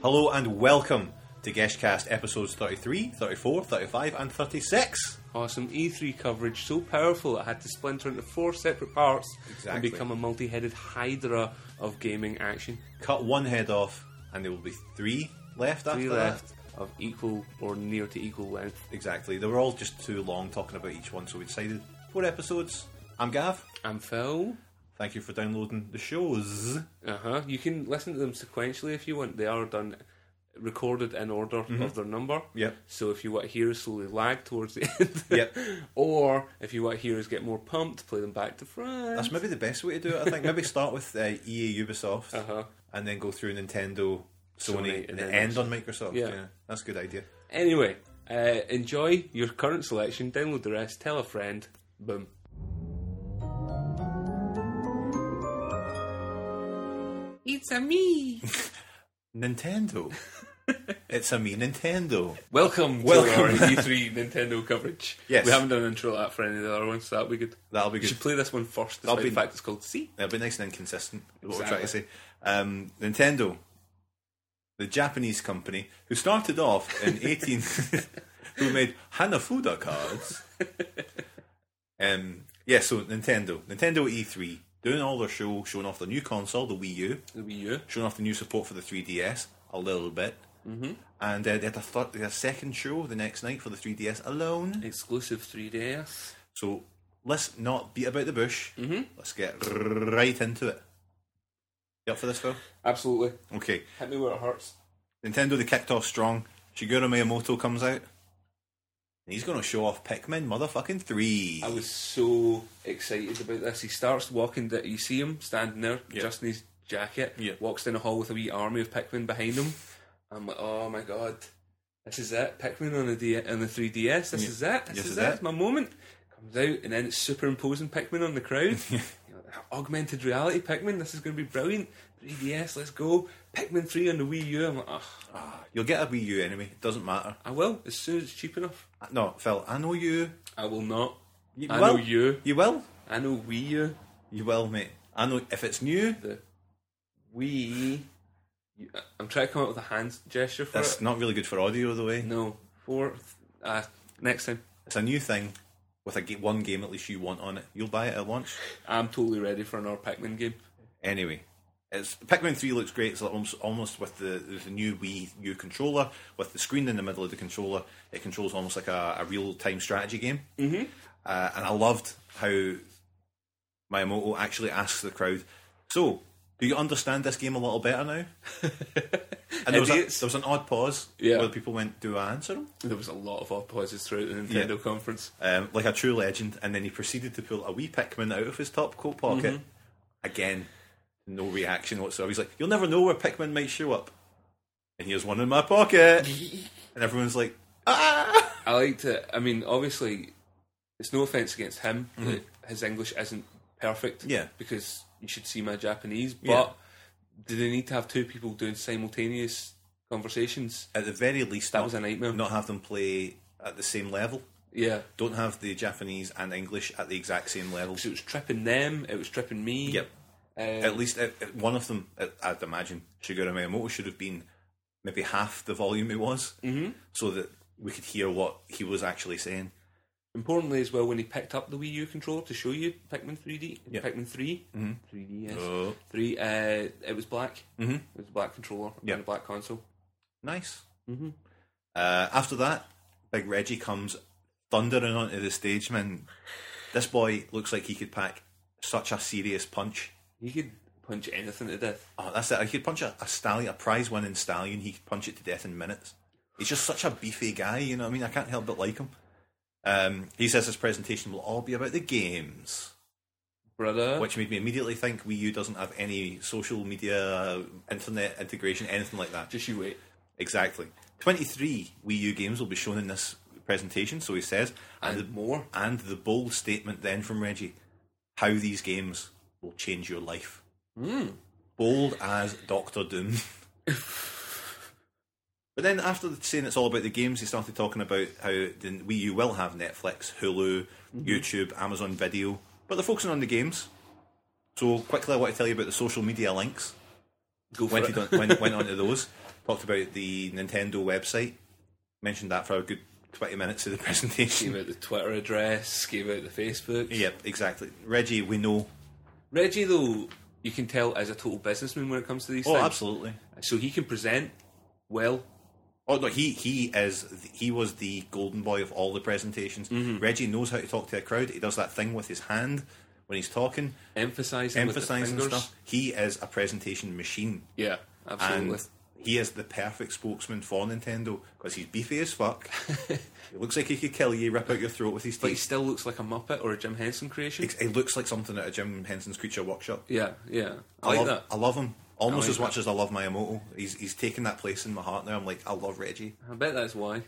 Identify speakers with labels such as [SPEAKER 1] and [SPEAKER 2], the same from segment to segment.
[SPEAKER 1] Hello and welcome to Geshcast episodes 33, 34, 35, and 36.
[SPEAKER 2] Awesome E3 coverage, so powerful it had to splinter into four separate parts and
[SPEAKER 1] Exactly.
[SPEAKER 2] become a multi headed hydra of gaming action.
[SPEAKER 1] Cut one head off, and there will be three left
[SPEAKER 2] Three
[SPEAKER 1] after
[SPEAKER 2] left
[SPEAKER 1] that.
[SPEAKER 2] of equal or near to equal length.
[SPEAKER 1] Exactly. They were all just too long talking about each one, so we decided four episodes. I'm Gav.
[SPEAKER 2] I'm Phil.
[SPEAKER 1] Thank you for downloading the shows.
[SPEAKER 2] Uh huh. You can listen to them sequentially if you want. They are done recorded in order of their number.
[SPEAKER 1] Mm-hmm. Yep.
[SPEAKER 2] So if you want to hear us slowly lag towards the end.
[SPEAKER 1] Yep.
[SPEAKER 2] or if you want to hear us get more pumped, play them back to front.
[SPEAKER 1] That's maybe the best way to do it, I think. maybe start with uh, EA Ubisoft
[SPEAKER 2] Uh-huh.
[SPEAKER 1] and then go through Nintendo, Sony,
[SPEAKER 2] Sony,
[SPEAKER 1] and
[SPEAKER 2] and
[SPEAKER 1] then
[SPEAKER 2] then
[SPEAKER 1] end on Microsoft.
[SPEAKER 2] Yeah.
[SPEAKER 1] that's a good idea.
[SPEAKER 2] Anyway, uh, enjoy your current selection, download the rest, tell a friend. Boom. It's a me.
[SPEAKER 1] Nintendo. it's a me Nintendo.
[SPEAKER 2] Welcome,
[SPEAKER 1] Welcome.
[SPEAKER 2] to our E3 Nintendo coverage.
[SPEAKER 1] Yes.
[SPEAKER 2] we haven't done an intro like that for any of the other ones, so that'll be good.
[SPEAKER 1] That'll be
[SPEAKER 2] We should
[SPEAKER 1] good.
[SPEAKER 2] play this one first,
[SPEAKER 1] That'll
[SPEAKER 2] despite the
[SPEAKER 1] be-
[SPEAKER 2] fact it's called C.
[SPEAKER 1] It'll be nice and inconsistent. is What we're trying to say.
[SPEAKER 2] Exactly.
[SPEAKER 1] Um, Nintendo, the Japanese company who started off in eighteen, who made Hanafuda cards. um, yeah, so Nintendo, Nintendo E3, doing all their show, showing off their new console, the Wii U,
[SPEAKER 2] The Wii U.
[SPEAKER 1] showing off the new support for the 3DS a little bit. Mm-hmm. And uh, they had a, thir- they had a second show the next night for the 3DS alone.
[SPEAKER 2] Exclusive 3DS.
[SPEAKER 1] So let's not beat about the bush. Mm-hmm. Let's get right into it. You up for this, Phil?
[SPEAKER 2] Absolutely.
[SPEAKER 1] Okay.
[SPEAKER 2] Hit me where it hurts.
[SPEAKER 1] Nintendo, they kicked off strong. Shigeru Miyamoto comes out. And he's going to show off Pikmin motherfucking 3.
[SPEAKER 2] I was so excited about this. He starts walking. That you see him standing there,
[SPEAKER 1] Yeah.
[SPEAKER 2] just in his jacket.
[SPEAKER 1] Yeah.
[SPEAKER 2] Walks down a hall with a wee army of Pikmin behind him. I'm like, oh my god, this is it. Pikmin on the D- on the 3DS. This
[SPEAKER 1] Yeah.
[SPEAKER 2] is it. This
[SPEAKER 1] Yes, it's
[SPEAKER 2] is it.
[SPEAKER 1] it.
[SPEAKER 2] It's my moment. Comes out, and then it's superimposing Pikmin on the crowd. You're like, Augmented reality Pikmin. This is going to be brilliant. 3DS, let's go. Pikmin 3 on the Wii U. I'm like, oh,
[SPEAKER 1] You'll get a Wii U anyway. It doesn't matter.
[SPEAKER 2] I will as soon as it's cheap enough.
[SPEAKER 1] Uh, No, Phil, I know you.
[SPEAKER 2] I will not.
[SPEAKER 1] You
[SPEAKER 2] I
[SPEAKER 1] will.
[SPEAKER 2] know you.
[SPEAKER 1] You will.
[SPEAKER 2] I know Wii U.
[SPEAKER 1] You will, mate. I know if it's new,
[SPEAKER 2] the we. I'm trying to come up with a hand gesture for
[SPEAKER 1] that's
[SPEAKER 2] it.
[SPEAKER 1] not really good for audio, the way.
[SPEAKER 2] No, four. Uh, next time,
[SPEAKER 1] It's a new thing with a ga- one game at least you want on it. You'll buy it at launch.
[SPEAKER 2] I'm totally ready for another Pikmin game.
[SPEAKER 1] Anyway, it's Pikmin Three looks great. It's almost, almost with the, the new Wii U controller with the screen in the middle of the controller. It controls almost like a, a real time strategy game. Mm-hmm. Uh, and I loved how Miyamoto actually asks the crowd, "So, do you understand this game a little better now?" and there was, a,
[SPEAKER 2] Idiots.
[SPEAKER 1] there was an odd pause
[SPEAKER 2] Yeah.
[SPEAKER 1] where people went, "Do I answer him?"
[SPEAKER 2] There was a lot of odd pauses throughout the Nintendo
[SPEAKER 1] Yeah.
[SPEAKER 2] conference.
[SPEAKER 1] Um, like a true legend, and then he proceeded to pull a wee Pikmin out of his top coat pocket.
[SPEAKER 2] Mm-hmm.
[SPEAKER 1] Again, no reaction whatsoever. He's like, "You'll never know where Pikmin might show up." And here's one in my pocket, and everyone's like, "Ah!"
[SPEAKER 2] I liked it. I mean, obviously, it's no offense against him. that his English isn't perfect.
[SPEAKER 1] Mm-hmm. Yeah.
[SPEAKER 2] because you should see my Japanese. But
[SPEAKER 1] Yeah.
[SPEAKER 2] do they need to have two people doing simultaneous conversations?
[SPEAKER 1] At the very least,
[SPEAKER 2] That was a nightmare.
[SPEAKER 1] Not have them play at the same level.
[SPEAKER 2] Yeah,
[SPEAKER 1] Don't have the Japanese and English at the exact same level.
[SPEAKER 2] 'Cause it was tripping them. It was tripping me.
[SPEAKER 1] Yep.
[SPEAKER 2] Uh,
[SPEAKER 1] At least uh uh, one of them, uh, I'd imagine, Shigeru Miyamoto should have been maybe half the volume it was, mm-hmm. so that we could hear what he was actually saying.
[SPEAKER 2] Importantly, as well, when he picked up the Wii U controller to show you Pikmin 3D,
[SPEAKER 1] Yeah. Mm-hmm.
[SPEAKER 2] Pikmin 3, 3D, yes,
[SPEAKER 1] Oh.
[SPEAKER 2] three, uh, it was black.
[SPEAKER 1] Mm-hmm.
[SPEAKER 2] It was a black controller
[SPEAKER 1] Yeah.
[SPEAKER 2] and a black console.
[SPEAKER 1] Nice. Uh, after that, Big Reggie comes thundering onto the stage, man. This boy looks like he could pack such a serious punch.
[SPEAKER 2] You could punch anything to death.
[SPEAKER 1] Oh, that's it. He could punch a, a stallion, a prize winning stallion. He could punch it to death in minutes. He's just such a beefy guy, you know what I mean? I can't help but like him. Um, he says his presentation will all be about the games,
[SPEAKER 2] Brother,
[SPEAKER 1] which made me immediately think Wii U doesn't have any social media, internet integration, anything like that.
[SPEAKER 2] just you wait.
[SPEAKER 1] Exactly. 23 Wii U games will be shown in this presentation, so he says.
[SPEAKER 2] And,
[SPEAKER 1] the,
[SPEAKER 2] more.
[SPEAKER 1] and the bold statement then from Reggie how these games will change your life.
[SPEAKER 2] Hmm.
[SPEAKER 1] Bold as Doctor Doom. but then, after saying it's all about the games, he started talking about how the Wii U will have Netflix, Hulu,
[SPEAKER 2] Mm-hmm.
[SPEAKER 1] YouTube, Amazon Video, but they're focusing on the games. So, quickly, I want to tell you about the social media links.
[SPEAKER 2] Go for
[SPEAKER 1] Went
[SPEAKER 2] it.
[SPEAKER 1] on, went, went on to those. Talked about the Nintendo website. Mentioned that for a good twenty minutes of the presentation.
[SPEAKER 2] Gave out the Twitter address, gave out the Facebook.
[SPEAKER 1] Yep, exactly. Reggie, we know.
[SPEAKER 2] Reggie, though, you can tell is a total businessman when it comes to these
[SPEAKER 1] Oh,
[SPEAKER 2] things.
[SPEAKER 1] absolutely.
[SPEAKER 2] So he can present well.
[SPEAKER 1] Oh no, he he is the, he was the golden boy of all the presentations.
[SPEAKER 2] Mm-hmm.
[SPEAKER 1] Reggie knows how to talk to a crowd. He does that thing with his hand when he's talking,
[SPEAKER 2] Emphasizing,
[SPEAKER 1] emphasizing
[SPEAKER 2] with the fingers.
[SPEAKER 1] stuff. He is a presentation machine,
[SPEAKER 2] Yeah,
[SPEAKER 1] and
[SPEAKER 2] absolutely.
[SPEAKER 1] he is the perfect spokesman for Nintendo because he's beefy as fuck. he looks like he could kill you, rip out your throat with his
[SPEAKER 2] but he
[SPEAKER 1] teeth.
[SPEAKER 2] still looks like a Muppet or a Jim Henson creation.
[SPEAKER 1] He he looks like something out of Jim Henson's Creature Workshop.
[SPEAKER 2] yeah, yeah. I, like
[SPEAKER 1] love,
[SPEAKER 2] that.
[SPEAKER 1] I love him almost
[SPEAKER 2] like
[SPEAKER 1] as much as I love Miyamoto. He's he's taken that place in my heart now. I'm like, I love Reggie.
[SPEAKER 2] I bet that's why.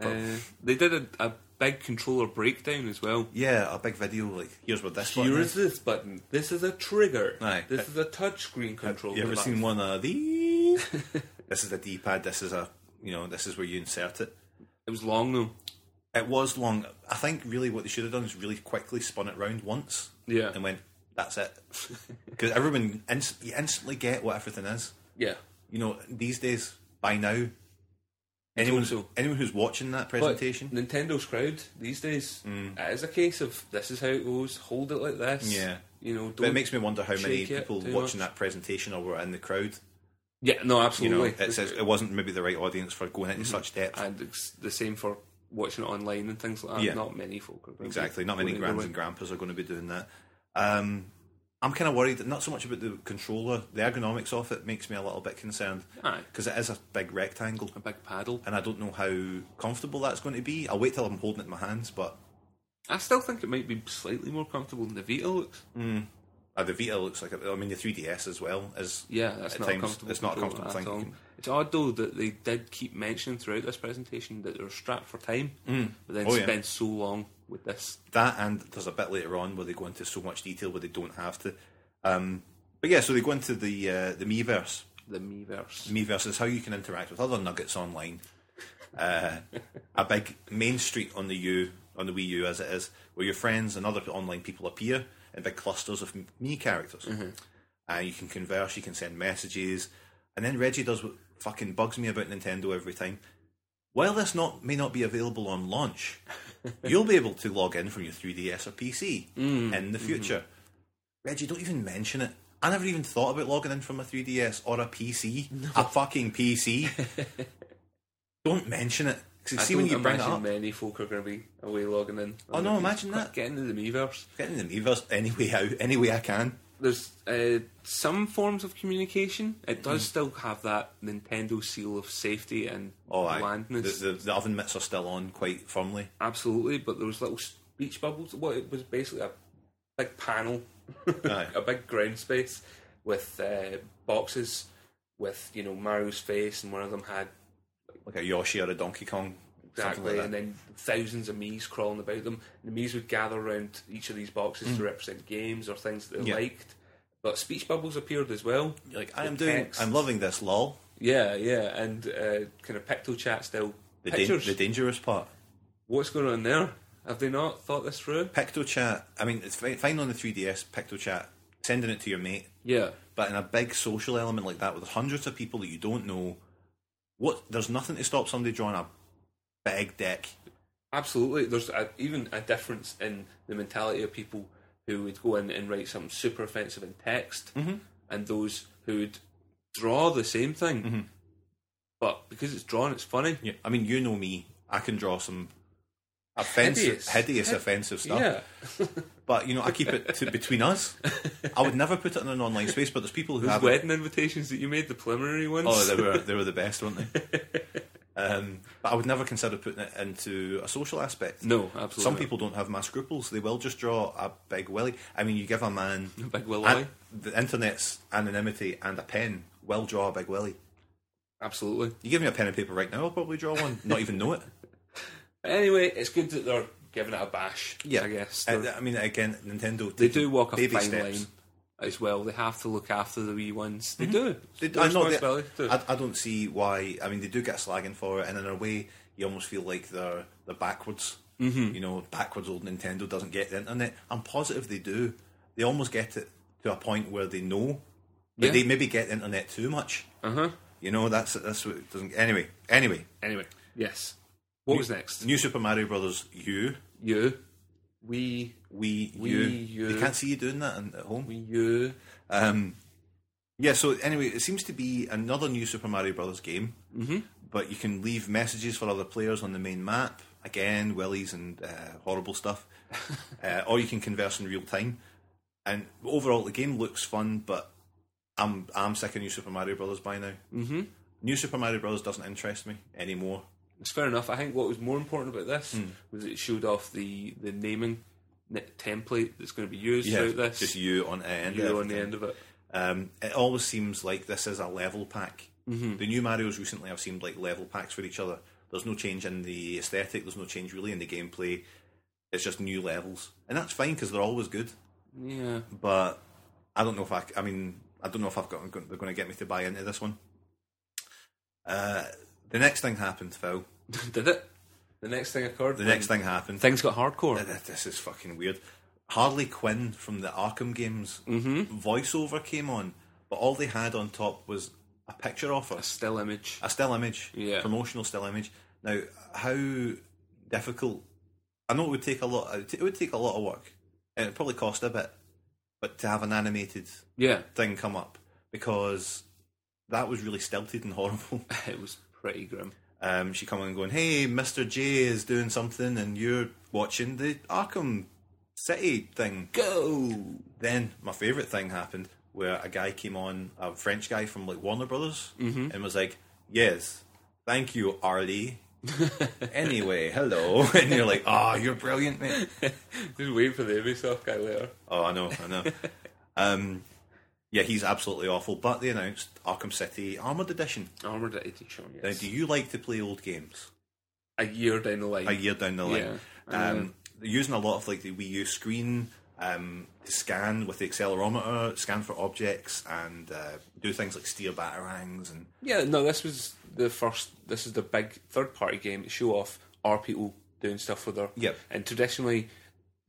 [SPEAKER 2] Uh, they did a, a big controller breakdown as well.
[SPEAKER 1] Yeah, a big video like here's what this
[SPEAKER 2] Here
[SPEAKER 1] button
[SPEAKER 2] is this button. This is a trigger.
[SPEAKER 1] Aye.
[SPEAKER 2] This is a touchscreen controller.
[SPEAKER 1] You ever
[SPEAKER 2] That's-
[SPEAKER 1] seen one of these? this is a D-pad. This is a you know this is where you insert it.
[SPEAKER 2] It was long though.
[SPEAKER 1] It was long. I think really what they should have done is really quickly spun it round once.
[SPEAKER 2] Yeah.
[SPEAKER 1] And went that's it because everyone inst- you instantly get what everything is.
[SPEAKER 2] Yeah.
[SPEAKER 1] You know these days by now. Anyone,
[SPEAKER 2] so.
[SPEAKER 1] anyone who's watching that
[SPEAKER 2] But
[SPEAKER 1] presentation, Mm.
[SPEAKER 2] Nintendo's crowd these days, it is a case of this is how it goes. Hold it like this.
[SPEAKER 1] Yeah.
[SPEAKER 2] You know. Don't
[SPEAKER 1] but it makes me wonder how many
[SPEAKER 2] shake it
[SPEAKER 1] people
[SPEAKER 2] too
[SPEAKER 1] watching
[SPEAKER 2] much.
[SPEAKER 1] that presentation or were in the crowd.
[SPEAKER 2] Yeah. No.
[SPEAKER 1] You know,
[SPEAKER 2] Absolutely.
[SPEAKER 1] it's, it's, it wasn't maybe the right audience for going
[SPEAKER 2] Mm-hmm.
[SPEAKER 1] into such depth.
[SPEAKER 2] and it's the same for watching it online and things like that.
[SPEAKER 1] Yeah.
[SPEAKER 2] Not many folk. Are gonna be
[SPEAKER 1] Exactly. Not many
[SPEAKER 2] going
[SPEAKER 1] grands
[SPEAKER 2] away.
[SPEAKER 1] and grandpas are going to be doing that. Um, I'm kind of worried, not so much about the controller, the ergonomics of it makes me a little bit concerned.
[SPEAKER 2] Aye.
[SPEAKER 1] Because it is a big rectangle,
[SPEAKER 2] A big paddle.
[SPEAKER 1] and I don't know how comfortable that's going to be. I'll wait till I'm holding it in my hands, but
[SPEAKER 2] I still think it might be slightly more comfortable than the Vita looks.
[SPEAKER 1] uh, the Vita looks like a, I mean, the 3DS as well is.
[SPEAKER 2] Yeah, that's
[SPEAKER 1] at
[SPEAKER 2] not a
[SPEAKER 1] times,
[SPEAKER 2] comfortable.
[SPEAKER 1] It's not a
[SPEAKER 2] controller
[SPEAKER 1] comfortable thing.
[SPEAKER 2] at all.
[SPEAKER 1] You can-
[SPEAKER 2] It's odd though that they did keep mentioning throughout this presentation that they're strapped for time, but then
[SPEAKER 1] Oh, yeah.
[SPEAKER 2] spend so long with this.
[SPEAKER 1] that and there's a bit later on where they go into so much detail where they don't have to. Um, but yeah, so they go into the uh, the Miiverse.
[SPEAKER 2] The Miiverse.
[SPEAKER 1] Miiverse is how you can interact with other nuggets online. Uh, a big main street on the U, on the Wii U as it is, where your friends and other online people appear in big clusters of me characters.
[SPEAKER 2] Mm-hmm.
[SPEAKER 1] Uh, you can converse, you can send messages, and then Reggie does what fucking bugs me about Nintendo every time. While this not may not be available on launch, you'll be able to log in from your 3DS or PC
[SPEAKER 2] Mm,
[SPEAKER 1] in
[SPEAKER 2] mm-hmm.
[SPEAKER 1] the future. Reggie, don't even mention it. I never even thought about logging in from a 3DS or a PC. A fucking PC. don't mention it. 'Cause
[SPEAKER 2] I
[SPEAKER 1] see when
[SPEAKER 2] don't
[SPEAKER 1] you bring it
[SPEAKER 2] imagine
[SPEAKER 1] up,
[SPEAKER 2] many folk are going to be away logging in.
[SPEAKER 1] Oh, no, imagine that.
[SPEAKER 2] Getting into the Miiverse.
[SPEAKER 1] getting the Miiverse any way out, any way I can.
[SPEAKER 2] There's uh, some forms of communication. It does
[SPEAKER 1] Mm.
[SPEAKER 2] still have that Nintendo seal of safety and
[SPEAKER 1] Oh, aye. The,
[SPEAKER 2] blandness.
[SPEAKER 1] the, the oven mitts are still on quite firmly.
[SPEAKER 2] Absolutely, but there was little speech bubbles. What it was basically a big panel,
[SPEAKER 1] Aye.
[SPEAKER 2] a big ground space with uh, boxes with you know Mario's face, and one of them had
[SPEAKER 1] Like a Yoshi or a Donkey Kong.
[SPEAKER 2] exactly,
[SPEAKER 1] something like
[SPEAKER 2] and
[SPEAKER 1] that.
[SPEAKER 2] then thousands of Mii's crawling about them. And the Mii's would gather around each of these boxes to represent games or things that they
[SPEAKER 1] Mm. Yeah.
[SPEAKER 2] liked. But speech bubbles appeared as well.
[SPEAKER 1] You're like, I am
[SPEAKER 2] The
[SPEAKER 1] doing,
[SPEAKER 2] text.
[SPEAKER 1] I'm loving this, lol.
[SPEAKER 2] Yeah, yeah, and uh, kind of picto chat still.
[SPEAKER 1] The, dan-
[SPEAKER 2] Pictures.
[SPEAKER 1] the dangerous part.
[SPEAKER 2] What's going on there? Have they not thought this through?
[SPEAKER 1] PictoChat, I mean, it's fi- fine on the 3DS, PictoChat, sending it to your mate,
[SPEAKER 2] Yeah,
[SPEAKER 1] but in a big social element like that with hundreds of people that you don't know, what there's nothing to stop somebody drawing a big deck.
[SPEAKER 2] Absolutely, there's a, even a difference in the mentality of people who would go in and write something super offensive in text,
[SPEAKER 1] Mm-hmm.
[SPEAKER 2] and those who would draw the same thing,
[SPEAKER 1] Mm-hmm.
[SPEAKER 2] but because it's drawn, it's funny.
[SPEAKER 1] Yeah. I mean, you know me, I can draw some offensive, hideous,
[SPEAKER 2] Hideous.
[SPEAKER 1] offensive stuff,
[SPEAKER 2] Yeah,
[SPEAKER 1] but you know, I keep it to, between us. I would never put it in an online space, but there's people who
[SPEAKER 2] those
[SPEAKER 1] have. it.
[SPEAKER 2] wedding invitations that you made, the preliminary ones.
[SPEAKER 1] Oh, they were they were the best, weren't they? Um, but I would never consider putting it into a social aspect.
[SPEAKER 2] no, absolutely.
[SPEAKER 1] Some people don't have my scruples. They will just draw a big willy. I mean, you give a man
[SPEAKER 2] A big willy.
[SPEAKER 1] an- the internet's anonymity and a pen will draw a big willy.
[SPEAKER 2] absolutely.
[SPEAKER 1] You give me a pen and paper right now, I'll probably draw one. Not even know it.
[SPEAKER 2] Anyway, it's good that they're giving it a bash.
[SPEAKER 1] Yeah,
[SPEAKER 2] I guess
[SPEAKER 1] I,
[SPEAKER 2] They're-
[SPEAKER 1] I mean, again, Nintendo.
[SPEAKER 2] they do walk a
[SPEAKER 1] baby
[SPEAKER 2] fine
[SPEAKER 1] steps.
[SPEAKER 2] line as well. They have to look after the wee ones. They do.
[SPEAKER 1] Mm-hmm. They,
[SPEAKER 2] Their
[SPEAKER 1] I, know they,
[SPEAKER 2] responsibility to do.
[SPEAKER 1] I, I don't see why. I mean, they do get slagging for it, and in a way, you almost feel like they're they're backwards. Mm-hmm. You know, backwards old Nintendo doesn't get the internet. I'm positive they do. They almost get it to a point where they know But
[SPEAKER 2] Yeah.
[SPEAKER 1] they maybe get the internet too much.
[SPEAKER 2] Uh huh.
[SPEAKER 1] You know, that's that's what it doesn't. Anyway, anyway,
[SPEAKER 2] Anyway, yes. What was next?
[SPEAKER 1] New Super Mario Brothers U,
[SPEAKER 2] You, we,
[SPEAKER 1] we,
[SPEAKER 2] We,
[SPEAKER 1] you.
[SPEAKER 2] you.
[SPEAKER 1] They can't see you doing that in- at home.
[SPEAKER 2] we, you.
[SPEAKER 1] Um, yeah, so anyway, it seems to be another new Super Mario Brothers game, mm-hmm. but you can leave messages for other players on the main map. Again, willies and uh, horrible stuff. uh, or you can converse in real time. And overall, the game looks fun, but I'm I'm sick of New Super Mario Brothers by now. Mm-hmm. New Super Mario Brothers doesn't interest me anymore.
[SPEAKER 2] It's fair enough. I think what was more important about this was it showed off the the naming ne- template that's going to be used throughout this.
[SPEAKER 1] just you on uh, end.
[SPEAKER 2] you on the end of it.
[SPEAKER 1] Um, it always seems like this is a level pack. Mm-hmm. The new Mario's recently have seemed like level packs for each other. There's no change in the aesthetic. There's no change really in the gameplay. It's just new levels, and that's fine because they're always good.
[SPEAKER 2] Yeah.
[SPEAKER 1] But I don't know if I. c- I mean, I don't know if I've got. They're going to get me to buy into this one. Uh, the next thing happened, Phil.
[SPEAKER 2] Did it? The next thing occurred.
[SPEAKER 1] The next thing happened.
[SPEAKER 2] things got hardcore.
[SPEAKER 1] Th- This is fucking weird. Harley Quinn from the Arkham games voiceover came on, but all they had on top was a picture of her,
[SPEAKER 2] A still image.
[SPEAKER 1] a still image,
[SPEAKER 2] Yeah.
[SPEAKER 1] promotional still image. Now, how difficult? I know it would take a lot. It would ta- it would take a lot of work, and it probably cost a bit, but to have an animated
[SPEAKER 2] Yeah.
[SPEAKER 1] thing come up because that was really stilted and horrible.
[SPEAKER 2] It was pretty grim.
[SPEAKER 1] Um, she coming and going, "Hey, Mister J is doing something, and you're watching the Arkham City thing."
[SPEAKER 2] Go.
[SPEAKER 1] Then my favourite thing happened, where a guy came on, a French guy from like Warner Brothers, and was like, "Yes, thank you, Arlie." anyway, hello, and you're like, "Ah, you're brilliant, mate."
[SPEAKER 2] Just wait for the Ubisoft guy later.
[SPEAKER 1] Oh, I know, I know. um, yeah, he's absolutely awful. But they announced Arkham City Armored Edition.
[SPEAKER 2] Armored Edition.
[SPEAKER 1] Now,
[SPEAKER 2] Yes.
[SPEAKER 1] do you like to play old games?
[SPEAKER 2] A year down the line.
[SPEAKER 1] a year down the line.
[SPEAKER 2] Yeah,
[SPEAKER 1] um, they're using a lot of like the Wii U screen um, to scan with the accelerometer, scan for objects, and uh, do things like steer batarangs and
[SPEAKER 2] Yeah, no, this was the first. This is the big third-party game to show off our people doing stuff with her.
[SPEAKER 1] Yep.
[SPEAKER 2] And traditionally,